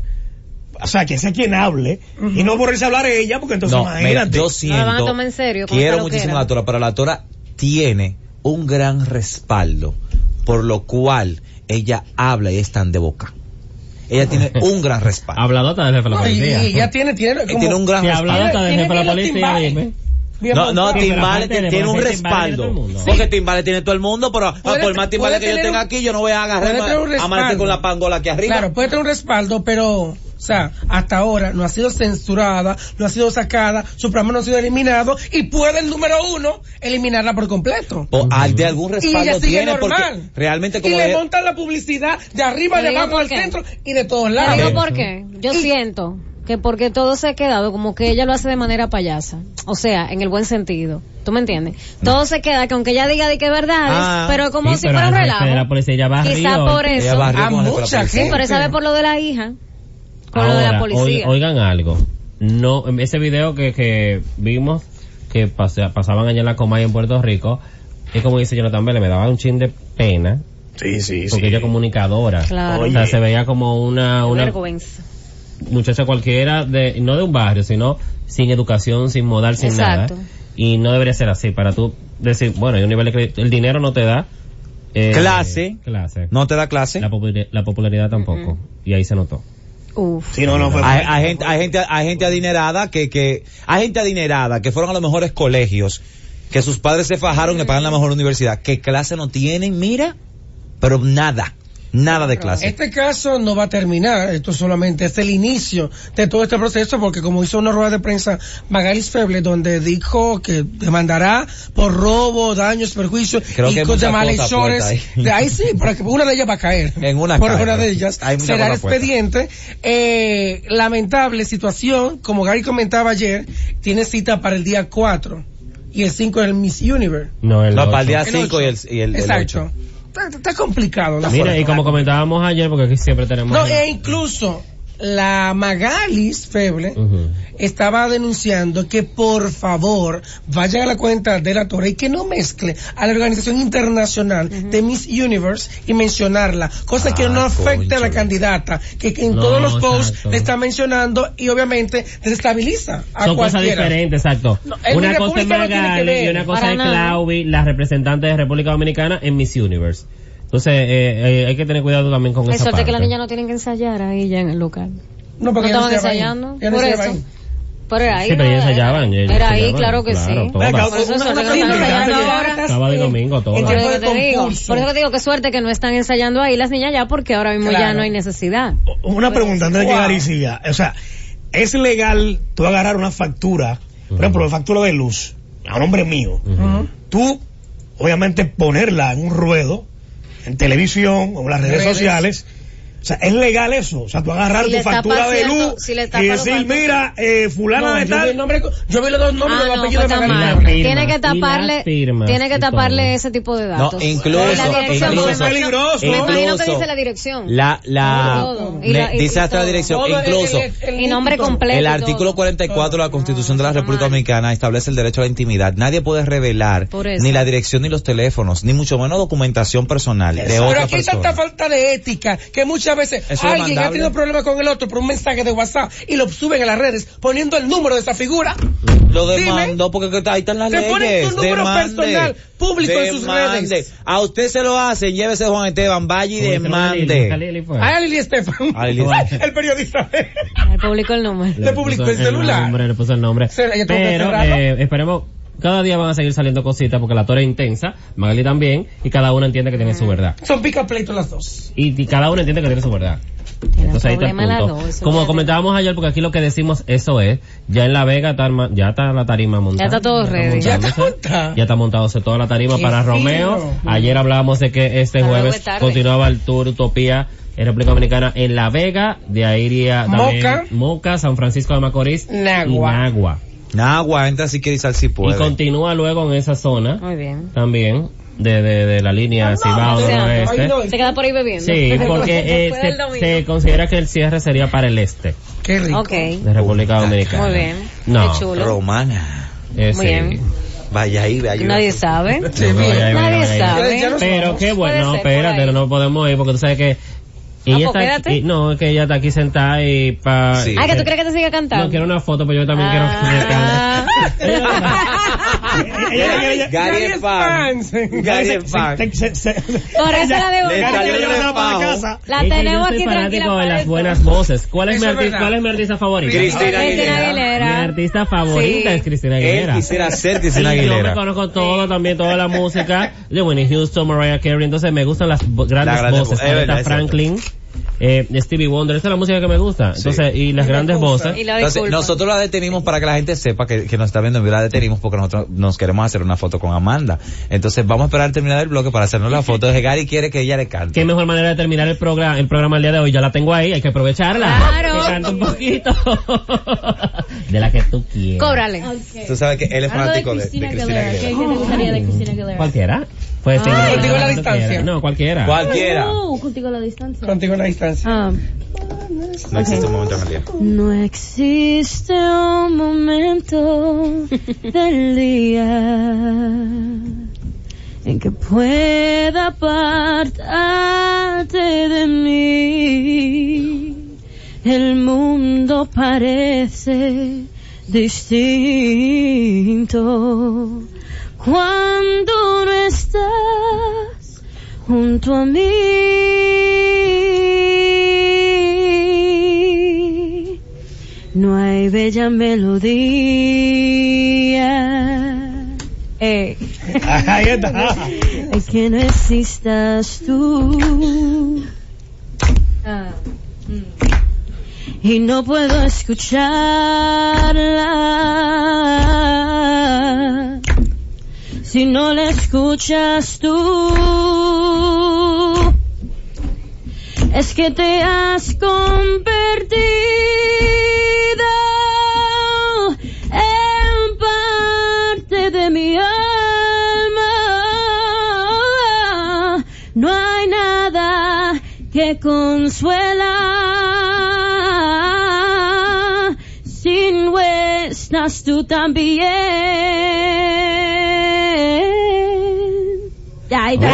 Speaker 3: O sea, que sea quien hable. Y no ponerse a hablar ella, porque entonces
Speaker 6: No, mira,
Speaker 3: imagínate. Ah,
Speaker 6: yo
Speaker 2: No la van a
Speaker 6: siento,
Speaker 2: tomar en serio, como
Speaker 6: quiero
Speaker 2: esta
Speaker 6: muchísimo
Speaker 2: loquera.
Speaker 6: a la Tora, pero la Tora tiene un gran respaldo, por lo cual ella habla y es tan de boca. Ella tiene un gran respaldo.
Speaker 5: Habladota del jefe de la
Speaker 4: No, y,
Speaker 5: policía.
Speaker 4: y ya tiene, tiene
Speaker 6: Ella tiene un gran
Speaker 5: Si
Speaker 6: respaldo.
Speaker 5: habladota del
Speaker 4: Tiene
Speaker 5: jefe de la
Speaker 4: bien los
Speaker 5: policía,
Speaker 4: timbales.
Speaker 5: dime.
Speaker 4: bien
Speaker 6: No, no,
Speaker 4: montado.
Speaker 5: Sí, pero
Speaker 6: Timbales
Speaker 5: aparte de
Speaker 6: tiene, tiene un
Speaker 5: Timbales, Timbales tiene todo
Speaker 6: respaldo.
Speaker 5: el mundo.
Speaker 6: Porque Timbales tiene todo el mundo, pero ah,
Speaker 4: Puede
Speaker 6: por
Speaker 4: te-
Speaker 6: más Timbales
Speaker 4: puede
Speaker 6: que yo
Speaker 4: tener
Speaker 6: tenga
Speaker 4: un-
Speaker 6: aquí, yo no voy a agarrar
Speaker 4: puede
Speaker 6: ma-
Speaker 4: tener un
Speaker 6: a amanecer
Speaker 4: respaldo.
Speaker 6: con la pangola aquí arriba.
Speaker 4: Claro, puede tener un respaldo, pero, o sea, hasta ahora no ha sido censurada, no ha sido sacada, su programa no ha sido eliminado y puede el número uno eliminarla por completo.
Speaker 6: O al de algún
Speaker 4: Y ella
Speaker 6: respaldo
Speaker 4: sigue
Speaker 6: tiene, porque
Speaker 4: normal.
Speaker 6: realmente
Speaker 4: y
Speaker 6: como
Speaker 4: le
Speaker 6: es-
Speaker 4: montan la publicidad de arriba,
Speaker 2: Te
Speaker 4: de
Speaker 2: digo
Speaker 4: abajo,
Speaker 2: por
Speaker 4: al
Speaker 2: qué.
Speaker 4: centro y de todos
Speaker 2: Te
Speaker 4: lados.
Speaker 2: digo por qué. Yo siento que porque todo se ha quedado como que ella lo hace de manera payasa. O sea, en el buen sentido. ¿Tú me entiendes? Todo se queda que aunque ella diga de que verdades,
Speaker 6: Ah,
Speaker 2: pero como
Speaker 5: Sí,
Speaker 2: si
Speaker 5: pero
Speaker 2: fuera un
Speaker 5: al frente
Speaker 2: relajo.
Speaker 5: de la policía ella va
Speaker 2: Quizá
Speaker 5: arriba,
Speaker 2: por
Speaker 5: ella
Speaker 2: eso.
Speaker 6: va arriba
Speaker 4: A
Speaker 6: con la cola
Speaker 4: mucha
Speaker 6: por
Speaker 4: gente.
Speaker 6: encima.
Speaker 2: Pero sabe por lo de la hija, por lo de la
Speaker 5: Ahora,
Speaker 2: policía.
Speaker 5: oi- oigan algo. No, ese video que, que vimos que pase- pasaban allá en la Comay en Puerto Rico, es como dice Jonathan Vélez, me daba un chin de pena
Speaker 3: Sí, sí,
Speaker 5: porque ella es comunicadora.
Speaker 2: Claro.
Speaker 5: O sea, se veía como una,
Speaker 2: Qué
Speaker 5: una
Speaker 2: vergüenza.
Speaker 5: muchacha cualquiera de, no de un barrio, sino sin educación, sin modal, sin
Speaker 2: Exacto.
Speaker 5: nada. ¿eh? Y no debería ser así para tú decir, bueno, hay un nivel de crédito, el dinero no te da eh,
Speaker 6: Clase.
Speaker 5: clase.
Speaker 6: no te da clase.
Speaker 5: La, popul- la popularidad tampoco. Y ahí se notó.
Speaker 2: Uf.
Speaker 3: Sí, no, no fue.
Speaker 6: Hay, hay gente, hay gente, hay gente adinerada que, que, hay gente adinerada que fueron a los mejores colegios, que sus padres se fajaron y le pagan la mejor universidad, que clase no tienen, mira, pero nada, nada de clase.
Speaker 4: Este caso no va a terminar, esto solamente es el inicio de todo este proceso, porque como hizo una rueda de prensa Magalis Feble, donde dijo que demandará por robo, daños, perjuicios
Speaker 6: Creo
Speaker 4: y
Speaker 6: que hay
Speaker 4: cosas
Speaker 6: muchas
Speaker 4: malhechores.
Speaker 6: cosas puestas ahí.
Speaker 4: De ahí sí, pero que una de ellas va a caer.
Speaker 6: En una
Speaker 4: Por
Speaker 6: cae,
Speaker 4: una de
Speaker 6: pero
Speaker 4: ellas.
Speaker 6: hay muchas
Speaker 4: Será el
Speaker 6: cosas puestas.
Speaker 4: expediente. Eh, lamentable situación, como Gary comentaba ayer, tiene cita para el día 4 y el 5 del Miss Universe.
Speaker 5: No, el
Speaker 6: No,
Speaker 5: ocho.
Speaker 6: para el día
Speaker 4: El
Speaker 6: 5 y el, y el, el
Speaker 4: Exacto.
Speaker 6: ocho.
Speaker 4: Está, está complicado. la
Speaker 5: Mira,
Speaker 4: cosa.
Speaker 5: y como comentábamos ayer, porque aquí siempre tenemos...
Speaker 4: No, e incluso la Magalis Feble
Speaker 5: Ujú.
Speaker 4: estaba denunciando que por favor vayan a la cuenta de la Torre y que no mezcle a la organización internacional de Miss Universe y mencionarla, cosa que
Speaker 6: Ah,
Speaker 4: no afecte a la
Speaker 6: cónchale.
Speaker 4: candidata, que, que en
Speaker 5: No,
Speaker 4: todos los posts
Speaker 5: exacto.
Speaker 4: le está mencionando y obviamente desestabiliza a
Speaker 5: Son cosas
Speaker 4: cualquiera.
Speaker 5: diferentes, exacto.
Speaker 4: No, en
Speaker 5: una
Speaker 4: mi
Speaker 5: cosa es
Speaker 4: república no tiene que
Speaker 5: Magali
Speaker 4: ver,
Speaker 5: y una cosa
Speaker 2: para
Speaker 5: es
Speaker 2: nada.
Speaker 5: Clauvi, la representante de República Dominicana en Miss Universe. Entonces, eh, eh, hay que tener cuidado también con
Speaker 2: Es
Speaker 5: esa
Speaker 2: suerte
Speaker 5: parte.
Speaker 2: que las niñas no tienen que ensayar ahí ya en el local.
Speaker 4: No,
Speaker 2: No
Speaker 4: porque ya
Speaker 2: estaban
Speaker 4: se lleva ahí.
Speaker 2: ensayando.
Speaker 4: Ya no
Speaker 2: Por
Speaker 4: se lleva
Speaker 2: eso.
Speaker 4: ahí.
Speaker 2: Pero era ahí.
Speaker 5: Sí, pero
Speaker 2: ¿no?
Speaker 5: ellas ensayaban, ellas
Speaker 2: ¿eh? Era ahí,
Speaker 5: ensayaban,
Speaker 2: claro que
Speaker 5: claro,
Speaker 2: sí. pues,
Speaker 5: todas.
Speaker 3: Venga,
Speaker 2: Por eso
Speaker 3: una-
Speaker 2: suerte
Speaker 3: una
Speaker 2: que no están
Speaker 3: pregunta.
Speaker 2: ensayando ahora.
Speaker 5: Sábado y domingo, todo.
Speaker 4: En
Speaker 2: Por
Speaker 4: tiempo
Speaker 2: eso, que
Speaker 4: de
Speaker 2: te digo, por eso que
Speaker 4: concurso.
Speaker 2: te digo que suerte que no están ensayando ahí las niñas ya porque ahora mismo ya
Speaker 4: Claro.
Speaker 2: no hay necesidad.
Speaker 3: Una pregunta antes de que
Speaker 4: Wow.
Speaker 3: Gary siga. O sea, ¿es legal tú agarrar una factura, por ejemplo, una factura de luz, a nombre mío?
Speaker 5: Ujú.
Speaker 3: Tú, obviamente, ponerla en un ruedo, en televisión o en las redes,
Speaker 4: Redes.
Speaker 3: sociales. O sea, ¿es legal eso? O sea, tú agarrar
Speaker 2: Si
Speaker 3: tu
Speaker 2: le tapa
Speaker 3: factura de
Speaker 2: cierto-
Speaker 3: luz
Speaker 2: si le tapa
Speaker 3: y
Speaker 2: los
Speaker 3: decir,
Speaker 2: datos.
Speaker 3: mira, eh, fulana de
Speaker 4: No, yo, vi el
Speaker 3: tal...
Speaker 4: nombre, yo vi los dos nombres
Speaker 2: Ah,
Speaker 4: de los
Speaker 2: no, fue
Speaker 4: apellidos de
Speaker 2: tan
Speaker 4: Magalis
Speaker 2: mal.
Speaker 5: Magallanes.
Speaker 2: Tiene
Speaker 5: Y
Speaker 2: que
Speaker 5: las
Speaker 2: taparle,
Speaker 5: firmas
Speaker 2: tiene
Speaker 5: y
Speaker 2: que
Speaker 5: todo.
Speaker 2: taparle ese tipo de datos.
Speaker 6: No, incluso,
Speaker 2: Y la dirección,
Speaker 6: incluso.
Speaker 2: me imagino-
Speaker 3: Peligroso.
Speaker 2: Me imagino que
Speaker 6: Incluso.
Speaker 2: dice la dirección.
Speaker 6: La, la,
Speaker 2: Todo. Y
Speaker 6: me-
Speaker 2: la- y-
Speaker 6: dice
Speaker 2: y
Speaker 6: hasta la
Speaker 2: todo.
Speaker 6: dirección,
Speaker 4: Todo el-
Speaker 6: incluso.
Speaker 4: el- el-
Speaker 2: Y nombre
Speaker 4: todo.
Speaker 2: completo.
Speaker 6: El
Speaker 2: y
Speaker 6: artículo
Speaker 2: todo.
Speaker 6: 44 de la Constitución de la
Speaker 2: Ah, está
Speaker 6: República
Speaker 2: mal.
Speaker 6: Dominicana establece el derecho a la intimidad. Nadie puede revelar
Speaker 2: Por eso.
Speaker 6: ni la dirección ni los teléfonos, ni mucho menos documentación personal de
Speaker 4: Pero
Speaker 6: otra
Speaker 4: aquí hay
Speaker 6: persona.
Speaker 4: tanta falta de ética que muchas veces
Speaker 6: Eso es
Speaker 4: alguien ha
Speaker 6: demandable.
Speaker 4: tenido problemas con el otro por un mensaje de WhatsApp y lo suben a las redes poniendo el número de esa figura.
Speaker 6: Lo
Speaker 4: Dime.
Speaker 6: demandó porque que- ahí están las
Speaker 4: Te
Speaker 6: leyes.
Speaker 4: ponen tu número
Speaker 6: Demande.
Speaker 4: personal público en sus
Speaker 6: Demande.
Speaker 4: redes.
Speaker 6: A usted se lo hacen, llévese Juan Esteban, vaya y
Speaker 5: Como dice la Lili, la
Speaker 6: demande.
Speaker 5: Lili, pues.
Speaker 4: A Lili Estefan,
Speaker 6: A Lili Estefan.
Speaker 4: el periodista.
Speaker 2: Al público el número.
Speaker 4: Le publicó
Speaker 5: puso
Speaker 4: el celular.
Speaker 5: nombre, le puso el nombre.
Speaker 4: Se- ella tuvo que
Speaker 5: Pero
Speaker 4: cerrarlo.
Speaker 5: eh, esperemos, cada día van a seguir saliendo cositas porque la torre es intensa, Magali también, y cada una entiende que tiene su verdad.
Speaker 4: Son pica pleito las dos.
Speaker 5: Y, y cada uno entiende que tiene su verdad.
Speaker 2: Tiene
Speaker 5: Entonces ahí está el
Speaker 2: problema las
Speaker 5: punto.
Speaker 2: dos, eso
Speaker 5: Como
Speaker 2: ya-
Speaker 5: comentábamos ayer, porque aquí lo que decimos, eso es, ya en La Vega está arma- ya está la tarima montada.
Speaker 2: está todo ready.
Speaker 5: montándose.
Speaker 4: Ya está junta.
Speaker 5: Ya está montándose toda la tarima
Speaker 4: Qué
Speaker 5: para
Speaker 4: fino.
Speaker 5: Romeo. Ayer hablábamos de que este
Speaker 2: Para
Speaker 5: jueves
Speaker 2: luego tarde.
Speaker 5: continuaba el Tour Utopía en República Dominicana en La Vega. De ahí iría también
Speaker 4: Moca.
Speaker 5: Moca, San Francisco de Macorís y
Speaker 4: Nagua.
Speaker 5: Nagua.
Speaker 6: Nagua, entra si quiere y sal si
Speaker 5: Y
Speaker 6: puede.
Speaker 5: continúa luego en esa zona
Speaker 2: Muy bien.
Speaker 5: también de, de, de la línea Cibao
Speaker 2: o sea,
Speaker 5: Noroeste.
Speaker 4: ay, no.
Speaker 2: Se queda por ahí bebiendo.
Speaker 5: Sí, porque eh,
Speaker 2: Después del
Speaker 5: se,
Speaker 2: domingo.
Speaker 5: se considera que el cierre sería para el este
Speaker 4: Qué rico.
Speaker 2: Ok.
Speaker 5: de República Dominicana.
Speaker 2: Muy bien.
Speaker 5: No,
Speaker 2: Qué chulo.
Speaker 6: Romana.
Speaker 5: eh,
Speaker 2: Muy
Speaker 5: sí.
Speaker 2: bien.
Speaker 6: Vaya ahí, vaya ahí.
Speaker 2: Nadie sabe.
Speaker 5: Sí, vaya, vaya,
Speaker 2: Nadie
Speaker 5: vaya.
Speaker 2: sabe.
Speaker 4: Ya nos
Speaker 5: Pero
Speaker 4: vamos.
Speaker 2: Puede
Speaker 5: qué bueno,
Speaker 2: ser, por
Speaker 5: espérate,
Speaker 2: ahí.
Speaker 5: no podemos ir porque tú sabes que
Speaker 2: pues,
Speaker 5: Ella está
Speaker 2: quédate.
Speaker 5: aquí- no, es que ella está aquí sentada y pa...
Speaker 6: Sí.
Speaker 2: Ah, que tú crees que te siga cantando.
Speaker 5: No, quiero una foto, pero yo también quiero que me
Speaker 2: Ah.
Speaker 3: Ella- ella- ella- ella-
Speaker 6: Gary es fan. Gary
Speaker 3: se-
Speaker 6: es fan.
Speaker 3: se- se- se-
Speaker 2: Por eso la debo.
Speaker 6: Le
Speaker 3: Gary
Speaker 6: salió
Speaker 3: quiere
Speaker 6: el
Speaker 3: llevarla para
Speaker 6: repago.
Speaker 3: casa.
Speaker 2: La
Speaker 5: Es que
Speaker 2: tenemos
Speaker 5: yo
Speaker 2: aquí
Speaker 5: soy
Speaker 2: tranquila.
Speaker 5: fanático de
Speaker 2: para
Speaker 5: las
Speaker 2: esto.
Speaker 5: buenas voces. ¿Cuál es, mi
Speaker 4: Eso es
Speaker 5: arti-
Speaker 4: verdad.
Speaker 5: cuál es mi artista favorita?
Speaker 6: Cristina
Speaker 2: Cristina
Speaker 6: Aguilera.
Speaker 5: Mi
Speaker 2: Aguilera.
Speaker 5: artista
Speaker 2: Sí.
Speaker 5: favorita es Cristina
Speaker 6: Él
Speaker 5: Aguilera.
Speaker 6: quisiera ser
Speaker 5: Y
Speaker 6: Cristina
Speaker 5: Yo me
Speaker 6: Aguilera.
Speaker 5: conozco todo también, toda la música de Winnie Houston, Mariah Carey, entonces me gustan las bo- grandes
Speaker 6: La grande
Speaker 5: voces,
Speaker 6: vo- es verdad,
Speaker 5: Aretha
Speaker 6: es cierto.
Speaker 5: Franklin, eh, Stevie Wonder, esa es la música que me gusta, entonces, y las grandes voces.
Speaker 2: Y la
Speaker 6: Entonces,
Speaker 2: disculpa.
Speaker 6: nosotros la detenimos para que la gente sepa que, que nos está viendo en vivo, la detenimos porque nosotros nos queremos hacer una foto con Amanda. Entonces, vamos a esperar terminar el bloque para hacernos la foto. de Gary quiere que ella le
Speaker 5: Qué
Speaker 6: cante.
Speaker 5: mejor manera de terminar el programa, el programa el día de hoy. Ya la tengo ahí, hay que aprovecharla.
Speaker 2: Claro.
Speaker 5: Que cante un poquito. de la que tú quieras.
Speaker 2: Cóbrale.
Speaker 6: Tú sabes que él es
Speaker 7: Algo de
Speaker 6: fanático de,
Speaker 7: Cristina
Speaker 6: de Cristina
Speaker 7: Aguilera. ¿Qué
Speaker 6: Aguilera.
Speaker 7: qué te gustaría de Cristina Aguilera?
Speaker 5: Cualquiera. Pues sí,
Speaker 7: Ay,
Speaker 5: no,
Speaker 4: contigo a la
Speaker 5: tú
Speaker 4: distancia.
Speaker 5: quieras. No, cualquiera.
Speaker 6: Cualquiera.
Speaker 7: No, contigo a la distancia.
Speaker 4: Contigo en la distancia.
Speaker 7: Ah.
Speaker 6: No existe un momento en el día.
Speaker 7: No existe un momento del día en que pueda apartarte de mí. El mundo parece distinto cuando no estás junto a mí. No hay bella melodía. Eh.
Speaker 3: Ahí está.
Speaker 7: Es que no existas tú. Y no puedo escucharla si no la escuchas tú. Es que te has convertido en parte de mi alma. No hay nada que consuela si no estás tú también. Ya, ya.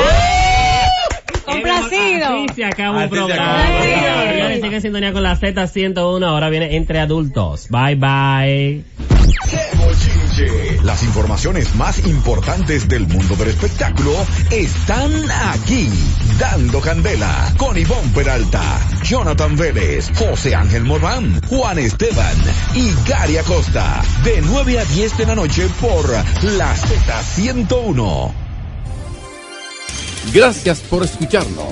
Speaker 2: Complacido.
Speaker 5: Así se acaba el
Speaker 6: Así se
Speaker 5: programa.
Speaker 6: acaba
Speaker 2: el programa.
Speaker 5: Señores, sigue en sintonía con la Z101. Ahora viene entre adultos. Bye
Speaker 1: ¡Qué
Speaker 5: bye.
Speaker 1: bochinche! Las informaciones más importantes del mundo del espectáculo están aquí. Dando Candela con Ivonne Peralta, Jonathan Vélez, José Ángel Morán, Juan Esteban y Gary Acosta. De 9 a 10 de la noche por la Z101.
Speaker 8: Gracias por escucharnos.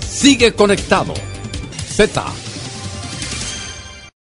Speaker 8: Sigue conectado. Z